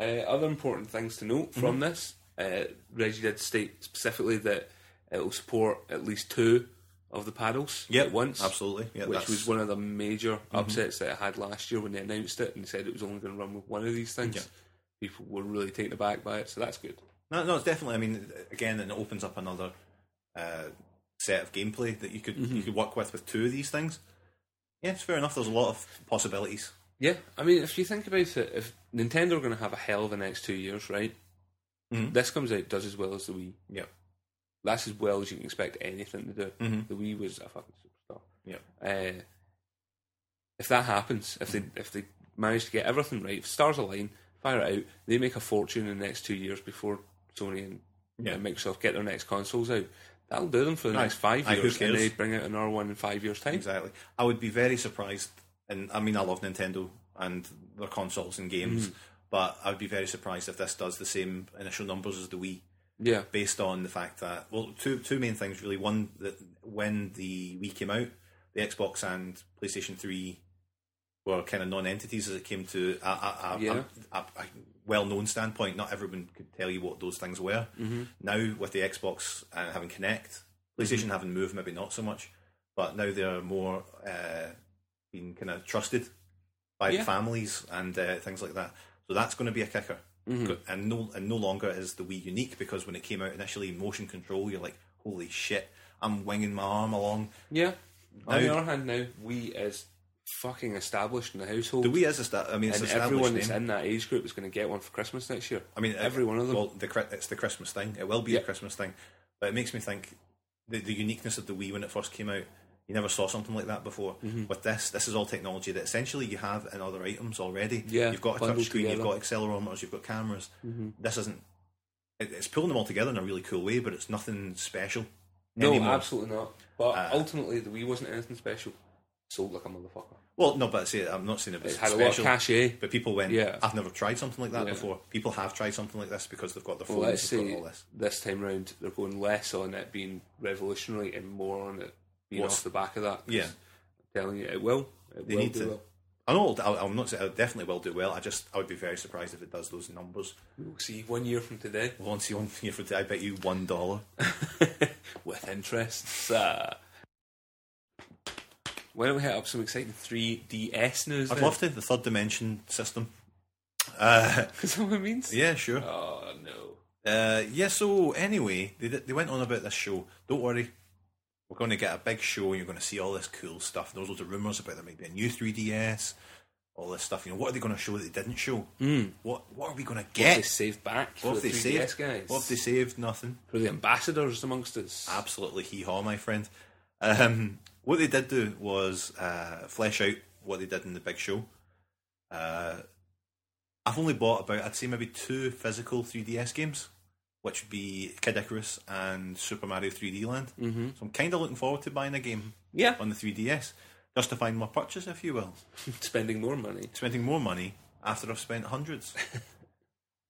[SPEAKER 1] Mm-hmm.
[SPEAKER 2] Uh, other important things to note from this uh, Reggie did state specifically that it will support at least two of the paddles at once.
[SPEAKER 1] absolutely. Yeah,
[SPEAKER 2] which
[SPEAKER 1] that's- Mm-hmm.
[SPEAKER 2] was one of the major upsets that it had last year when they announced it and said it was only going to run with one of these things.
[SPEAKER 1] Yeah.
[SPEAKER 2] People were really taken aback by it, so that's good.
[SPEAKER 1] No, no, it's definitely. I mean, again, and it opens up another uh, set of gameplay that you could
[SPEAKER 2] Mm-hmm.
[SPEAKER 1] you could work with with two of these things. Yeah, it's fair enough. There's a lot of possibilities.
[SPEAKER 2] Yeah, I mean, if you think about it, if Nintendo are going to have a hell of the next two years, right?
[SPEAKER 1] Mhm.
[SPEAKER 2] This comes out does as well as the Wii.
[SPEAKER 1] Yeah,
[SPEAKER 2] That's as well as you can expect anything to do.
[SPEAKER 1] Mm-hmm.
[SPEAKER 2] The Wii was a fucking superstar.
[SPEAKER 1] yeah,
[SPEAKER 2] Uh, if that happens, if they if they manage to get everything right, if stars align, fire it out, they make a fortune in the next two years before Sony and,
[SPEAKER 1] Yeah.
[SPEAKER 2] and Microsoft get their next consoles out. That'll do them for the next five
[SPEAKER 1] Aye, who
[SPEAKER 2] years, and
[SPEAKER 1] cares?
[SPEAKER 2] they bring out another one in five years' time.
[SPEAKER 1] exactly. I would be very surprised, and I mean, I love Nintendo and their consoles and games, but I would be very surprised if this does the same initial numbers as the Wii.
[SPEAKER 2] Yeah,
[SPEAKER 1] based on the fact that well, two two main things really. One that when the Wii came out, the Xbox and PlayStation Three were kind of non-entities as it came to a, a, a,
[SPEAKER 2] Yeah.
[SPEAKER 1] a, a, a well-known standpoint. Not everyone could tell you what those things were. Now with the Xbox uh, having Connect, PlayStation having Move, maybe not so much, but now they're more uh, being kind of trusted by
[SPEAKER 2] Yeah.
[SPEAKER 1] the families and uh, things like that. So that's going to be a kicker.
[SPEAKER 2] Mm-hmm.
[SPEAKER 1] And no, and no longer is the Wii unique because when it came out initially, motion control, you're like, holy shit, I'm winging my arm along.
[SPEAKER 2] yeah. On the
[SPEAKER 1] Now-
[SPEAKER 2] other hand, now Wii is fucking established in the household,
[SPEAKER 1] The Wii is a sta- I mean, it's
[SPEAKER 2] and
[SPEAKER 1] an established
[SPEAKER 2] everyone that's
[SPEAKER 1] name.
[SPEAKER 2] in that age group is going to get one for Christmas next year.
[SPEAKER 1] I mean,
[SPEAKER 2] every
[SPEAKER 1] it-
[SPEAKER 2] one of them.
[SPEAKER 1] Well, the, Chri- it's the Christmas thing. It will be
[SPEAKER 2] Yeah.
[SPEAKER 1] a Christmas thing, but it makes me think the, the uniqueness of the Wii when it first came out. You never saw something like that before.
[SPEAKER 2] Mm-hmm.
[SPEAKER 1] With this, this is all technology that essentially you have in other items already.
[SPEAKER 2] Yeah,
[SPEAKER 1] you've got a touch
[SPEAKER 2] bundled
[SPEAKER 1] screen, you've
[SPEAKER 2] together. Mm-hmm.
[SPEAKER 1] got accelerometers, you've got cameras. This isn't. It, it's pulling them all together in a really cool way, but it's nothing special.
[SPEAKER 2] no,
[SPEAKER 1] anymore. Uh,
[SPEAKER 2] absolutely not. But ultimately, the Wii wasn't anything special. Sold like a motherfucker.
[SPEAKER 1] Well, no, but I say, I'm not saying it was
[SPEAKER 2] It's had
[SPEAKER 1] special.
[SPEAKER 2] a lot of cachet.
[SPEAKER 1] But people went,
[SPEAKER 2] Yeah.
[SPEAKER 1] I've never tried something like that
[SPEAKER 2] Yeah.
[SPEAKER 1] before. People have tried something like this because they've got their
[SPEAKER 2] Well, let's
[SPEAKER 1] phones, they've got
[SPEAKER 2] say
[SPEAKER 1] all this.
[SPEAKER 2] this time round they're going less on it being revolutionary and more on it being
[SPEAKER 1] What's-
[SPEAKER 2] off the back of that. 'cause
[SPEAKER 1] Yeah.
[SPEAKER 2] I'm telling you, it will. It
[SPEAKER 1] They
[SPEAKER 2] will
[SPEAKER 1] need
[SPEAKER 2] do
[SPEAKER 1] to.
[SPEAKER 2] well.
[SPEAKER 1] I know it'll- I'll, I'm not saying it definitely will do well. I just I would be very surprised if it does those numbers.
[SPEAKER 2] We'll see one year from today
[SPEAKER 1] Once you on here for today, I bet you one dollar.
[SPEAKER 2] with interests. Uh, why don't we hit up some exciting 3DS news?
[SPEAKER 1] I'd love to the third dimension system. Uh,
[SPEAKER 2] Because what it means.
[SPEAKER 1] yeah, sure.
[SPEAKER 2] Oh no.
[SPEAKER 1] Uh, yeah. So anyway, they did- they went on about this show. Don't worry, we're going to get a big show. You're going to see all this cool stuff. There's loads of rumors about there might be a new 3ds. All this stuff. You know, what are they going to show that they didn't show? What What are we going to
[SPEAKER 2] Hmm. They
[SPEAKER 1] get?
[SPEAKER 2] saved back
[SPEAKER 1] What
[SPEAKER 2] for
[SPEAKER 1] have
[SPEAKER 2] the
[SPEAKER 1] they
[SPEAKER 2] 3DS
[SPEAKER 1] saved?
[SPEAKER 2] guys.
[SPEAKER 1] What have they saved? Nothing.
[SPEAKER 2] for the ambassadors amongst us.
[SPEAKER 1] Absolutely hee haw, my friend. Um, what they did do was uh, flesh out what they did in the big show. Uh, I've only bought about, I'd say maybe two physical 3DS games, which would be Kid Icarus and Super Mario 3D Land. Mm-hmm. So I'm kind of looking forward to buying a game
[SPEAKER 2] yeah.
[SPEAKER 1] on the 3DS, justifying my purchase, if you will
[SPEAKER 2] Spending more money.
[SPEAKER 1] spending more money after I've spent hundreds.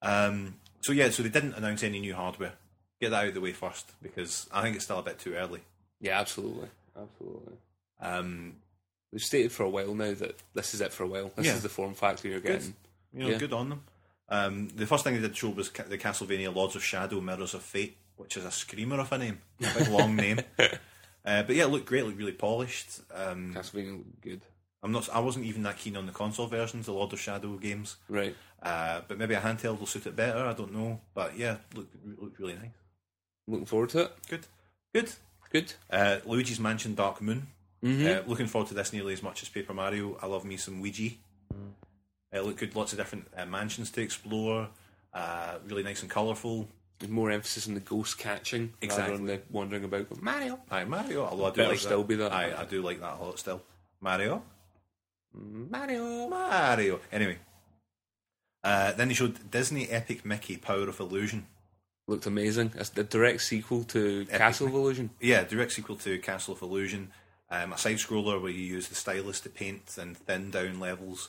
[SPEAKER 1] um, so yeah, so they didn't announce any new hardware. Get that out of the way first because I think it's still a bit too early.
[SPEAKER 2] Yeah, absolutely. Absolutely.
[SPEAKER 1] Um,
[SPEAKER 2] They've stated for a while now that this is it for a while. This
[SPEAKER 1] Yeah.
[SPEAKER 2] is the form factor you're
[SPEAKER 1] Good.
[SPEAKER 2] getting.
[SPEAKER 1] you know,
[SPEAKER 2] Yeah.
[SPEAKER 1] good on them. Um, the first thing they did show was ca- the Castlevania Lords of Shadow, Mirrors of Fate, which is a screamer of a name, a big long name. Uh, but yeah, it looked great, it looked really polished. Um,
[SPEAKER 2] Castlevania good.
[SPEAKER 1] I'm not, I wasn't even that keen on the console versions, the Lord of Shadow games,
[SPEAKER 2] Right.
[SPEAKER 1] uh, but maybe a handheld will suit it better. I don't know, but yeah, looked looked really nice.
[SPEAKER 2] Looking forward to it.
[SPEAKER 1] Good, good.
[SPEAKER 2] Good.
[SPEAKER 1] Uh, Luigi's Mansion Dark Moon.
[SPEAKER 2] Mm-hmm.
[SPEAKER 1] Uh, looking forward to this nearly as much as Paper Mario. I love me some Ouija. Uh, look good, lots of different uh, mansions to explore. Uh, really nice and colourful.
[SPEAKER 2] There's more emphasis on the ghost catching
[SPEAKER 1] Exactly.
[SPEAKER 2] rather than the wandering about going, Mario.
[SPEAKER 1] Aye, Mario. Although I do
[SPEAKER 2] Better
[SPEAKER 1] like
[SPEAKER 2] still
[SPEAKER 1] that.
[SPEAKER 2] be that.
[SPEAKER 1] Aye, I do like that a lot still. Mario.
[SPEAKER 2] Mario.
[SPEAKER 1] Mario. Anyway. Uh, then they showed Disney Epic Mickey Power of Illusion.
[SPEAKER 2] Looked amazing. It's the direct sequel to Castle Illusion.
[SPEAKER 1] Yeah, direct sequel to Castle of Illusion. Um, a side scroller where you use the stylus to paint and thin down levels.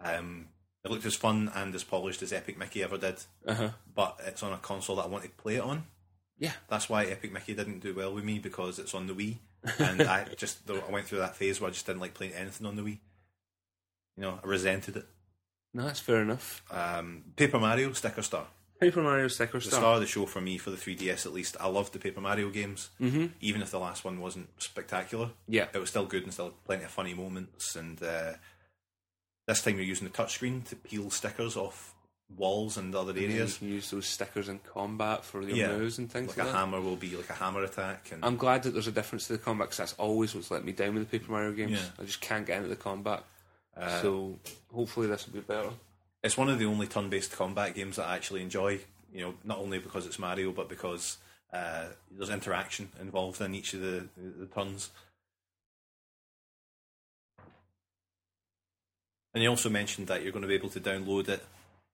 [SPEAKER 1] Um, it looked as fun and as polished as Epic Mickey ever did,
[SPEAKER 2] Uh huh.
[SPEAKER 1] but it's on a console that I want to play it on.
[SPEAKER 2] Yeah.
[SPEAKER 1] That's why Epic Mickey didn't do well with me because it's on the Wii, and I just I went through that phase where I just didn't like playing anything on the Wii. You know, I resented it.
[SPEAKER 2] No, that's fair enough.
[SPEAKER 1] Um, Paper Mario Sticker Star.
[SPEAKER 2] Paper Mario sticker
[SPEAKER 1] the
[SPEAKER 2] star.
[SPEAKER 1] star of the show for me for the 3DS at least. I loved the Paper Mario games, mm-hmm. even if the last one wasn't spectacular.
[SPEAKER 2] Yeah.
[SPEAKER 1] it was still good and still plenty of funny moments. And uh, this time you're using the touchscreen to peel stickers off walls and other
[SPEAKER 2] And then you
[SPEAKER 1] areas.
[SPEAKER 2] can use those stickers in combat for your
[SPEAKER 1] Yeah.
[SPEAKER 2] moves and things
[SPEAKER 1] Like
[SPEAKER 2] like,
[SPEAKER 1] a
[SPEAKER 2] that.
[SPEAKER 1] hammer will be like a hammer attack, and
[SPEAKER 2] I'm glad that there's a difference to the combat because that's always what's let me down with the Paper Mario games.
[SPEAKER 1] Yeah. Uh,
[SPEAKER 2] I just can't get into the combat. so hopefully this will be better.
[SPEAKER 1] it's one of the only turn-based combat games that I actually enjoy. You know, not only because it's Mario, but because uh, there's interaction involved in each of the, the, the turns. And you also mentioned that you're going to be able to download it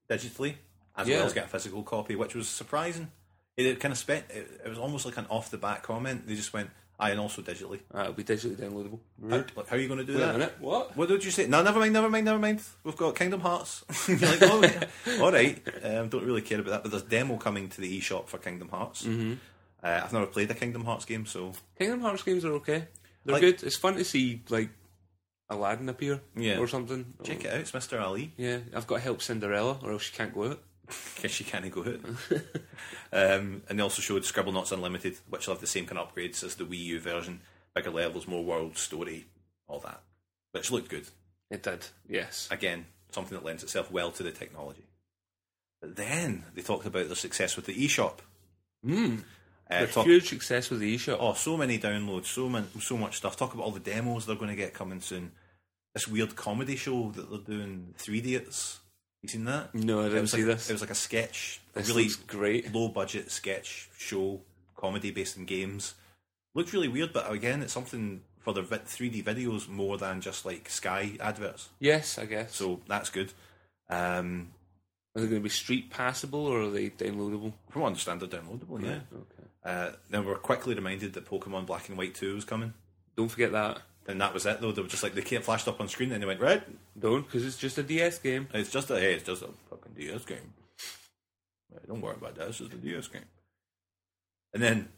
[SPEAKER 1] digitally as
[SPEAKER 2] Yeah.
[SPEAKER 1] well as get a physical copy, which was surprising. It, kind of spent. It, it was almost like an off-the-bat comment. They just went, "I and also digitally."
[SPEAKER 2] Uh, it'll be digitally downloadable. Wait
[SPEAKER 1] Like, how are you going to do
[SPEAKER 2] a
[SPEAKER 1] that?
[SPEAKER 2] minute, what?
[SPEAKER 1] What did you say? No, never mind, never mind, never mind. We've got Kingdom Hearts. You're like, oh, yeah. all right. Um, don't really care about that. But there's demo coming to the eShop for Kingdom Hearts. Mm-hmm. Uh, I've never played a Kingdom Hearts game, so
[SPEAKER 2] Kingdom Hearts games are okay. They're
[SPEAKER 1] Like-
[SPEAKER 2] good. It's fun to see like Aladdin appear
[SPEAKER 1] Yeah.
[SPEAKER 2] or something.
[SPEAKER 1] check it out. It's Mr. Ali.
[SPEAKER 2] Yeah, I've got to help Cinderella or else she can't go out.
[SPEAKER 1] Guess you can't go out. um, and they also showed Scribblenauts Unlimited, which will have the same kind of upgrades as the Wii U version. Bigger levels, more world, story, all that. Which looked good.
[SPEAKER 2] It did. Yes.
[SPEAKER 1] Again, something that lends itself well to the technology. But then they talked about their success with the eShop.
[SPEAKER 2] Hmm.
[SPEAKER 1] Mm. Uh,
[SPEAKER 2] A
[SPEAKER 1] talk-
[SPEAKER 2] huge success with the eShop.
[SPEAKER 1] oh, so many downloads, so many, so much stuff. Talk about all the demos they're going to get coming soon. This weird comedy show that they're doing, Three Idiots. You seen that?
[SPEAKER 2] No, I
[SPEAKER 1] It
[SPEAKER 2] didn't
[SPEAKER 1] was
[SPEAKER 2] see
[SPEAKER 1] like-
[SPEAKER 2] this.
[SPEAKER 1] It was like a sketch, a
[SPEAKER 2] This
[SPEAKER 1] really
[SPEAKER 2] looks great.
[SPEAKER 1] low budget sketch show, comedy based in games. Looked really weird, but again, it's something for their vi- 3D videos more than just like Sky adverts.
[SPEAKER 2] Yes, I guess.
[SPEAKER 1] So that's good. Um,
[SPEAKER 2] Are they going to be street passable or are they downloadable?
[SPEAKER 1] from what I understand, they're downloadable. Yeah.
[SPEAKER 2] Okay.
[SPEAKER 1] Uh, then we were quickly reminded that Pokemon Black and White Two was coming.
[SPEAKER 2] Don't forget that.
[SPEAKER 1] And that was it, though. They were just like they came flashed up on screen, and they went right.
[SPEAKER 2] Don't, because it's just a DS game.
[SPEAKER 1] It's just a hey, it's just a fucking DS game. Hey, Don't worry about that. It's just a DS game. And then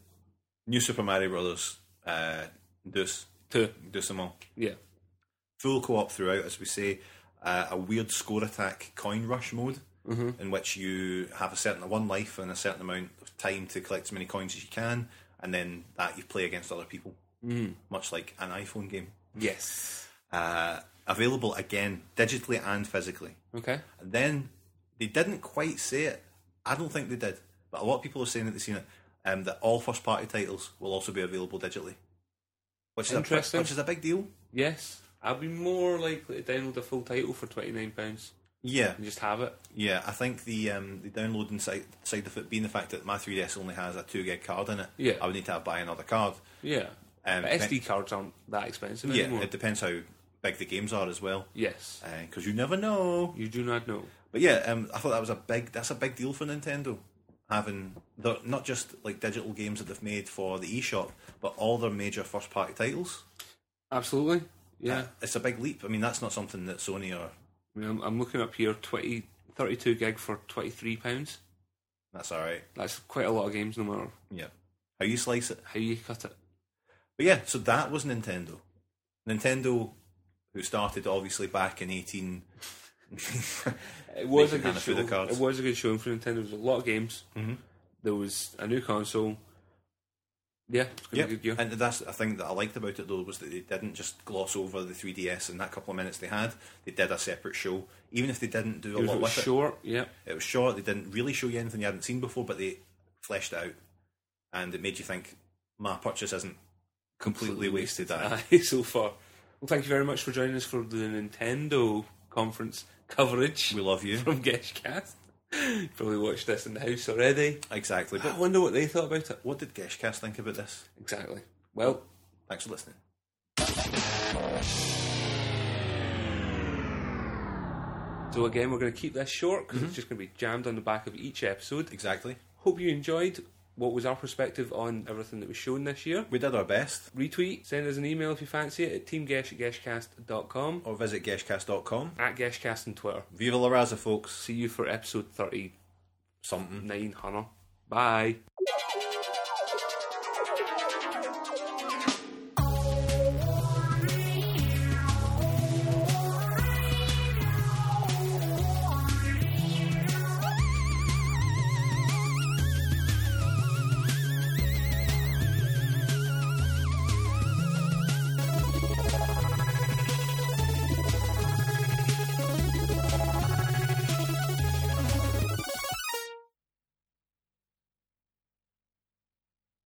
[SPEAKER 1] New Super Mario Brothers, uh, Deuce,
[SPEAKER 2] Two.
[SPEAKER 1] Deuce them all.
[SPEAKER 2] Yeah.
[SPEAKER 1] Full co-op throughout, as we say. uh, a weird score attack coin rush mode in which you have a certain one life and a certain amount of time to collect as many coins as you can, and then that you play against other people, mm. much like an iPhone game.
[SPEAKER 2] Yes.
[SPEAKER 1] Uh, available again digitally and physically.
[SPEAKER 2] Okay.
[SPEAKER 1] And then they didn't quite say it. I don't think they did, but a lot of people are saying that they've seen it. Um, that all first party titles will also be available digitally, which is
[SPEAKER 2] Interesting.
[SPEAKER 1] A, which is a big deal.
[SPEAKER 2] Yes. I'd be more likely to download a full title for twenty nine pounds
[SPEAKER 1] Yeah,
[SPEAKER 2] and just have it.
[SPEAKER 1] yeah. I think the um, the downloading side side of it being the fact that my 3ds only has a two gig card in it.
[SPEAKER 2] Yeah.
[SPEAKER 1] I would need to have- buy another card.
[SPEAKER 2] Yeah.
[SPEAKER 1] Um,
[SPEAKER 2] But
[SPEAKER 1] it-
[SPEAKER 2] SD cards aren't that expensive
[SPEAKER 1] yeah,
[SPEAKER 2] anymore.
[SPEAKER 1] it depends how big the games are as well,
[SPEAKER 2] yes.
[SPEAKER 1] because you never know.
[SPEAKER 2] You do not know.
[SPEAKER 1] But yeah, um, I thought that was a big that's a big deal for Nintendo having the, not just like digital games that they've made for the eShop, but all their major first party titles. Uh,
[SPEAKER 2] Absolutely. Yeah.
[SPEAKER 1] It's a big leap. I mean, that's not something that Sony or
[SPEAKER 2] I mean, I'm, I'm looking up here 20, 32 gig for twenty three pounds.
[SPEAKER 1] that's all right.
[SPEAKER 2] That's quite a lot of games, no matter
[SPEAKER 1] Yeah, how you slice it.
[SPEAKER 2] how you cut it.
[SPEAKER 1] But yeah, so that was Nintendo. Nintendo, who started obviously back in eighteen.
[SPEAKER 2] It was
[SPEAKER 1] Making
[SPEAKER 2] a
[SPEAKER 1] Hannah
[SPEAKER 2] good
[SPEAKER 1] through
[SPEAKER 2] show.
[SPEAKER 1] the cards.
[SPEAKER 2] It was a good showing for Nintendo. There was a lot of games.
[SPEAKER 1] Mhm.
[SPEAKER 2] There was a new console. Yeah, it's gonna
[SPEAKER 1] Yeah,
[SPEAKER 2] be a good year.
[SPEAKER 1] and that's a thing that I liked about it though was that they didn't just gloss over the 3DS in that couple of minutes they had. They did a separate show, even if they didn't do a
[SPEAKER 2] it was,
[SPEAKER 1] lot
[SPEAKER 2] it was
[SPEAKER 1] with it.
[SPEAKER 2] short. Yeah,
[SPEAKER 1] It was short. They didn't really show you anything you hadn't seen before, but they fleshed it out, and it made you think my purchase isn't completely wasted. That
[SPEAKER 2] aye, so far. Well, thank you very much for joining us for the Nintendo conference coverage
[SPEAKER 1] we love you
[SPEAKER 2] from Geshcast. Probably watched this in the house already.
[SPEAKER 1] exactly.
[SPEAKER 2] I
[SPEAKER 1] But
[SPEAKER 2] wonder what they thought about it.
[SPEAKER 1] what did Geshcast think about this?
[SPEAKER 2] Exactly. Well,
[SPEAKER 1] Thanks for listening.
[SPEAKER 2] so again, we're going to keep this short because it's just going to be jammed on the back of each episode.
[SPEAKER 1] Exactly.
[SPEAKER 2] Hope you enjoyed what was our perspective on everything that was shown this year.
[SPEAKER 1] We did our best.
[SPEAKER 2] Retweet, send us an email if you fancy it at teamgesh at geshcast.com,
[SPEAKER 1] Or visit geshcast.com.
[SPEAKER 2] at geshcast on Twitter.
[SPEAKER 1] Viva la raza, folks.
[SPEAKER 2] See you for episode 39,
[SPEAKER 1] Something.
[SPEAKER 2] Hannah. Bye.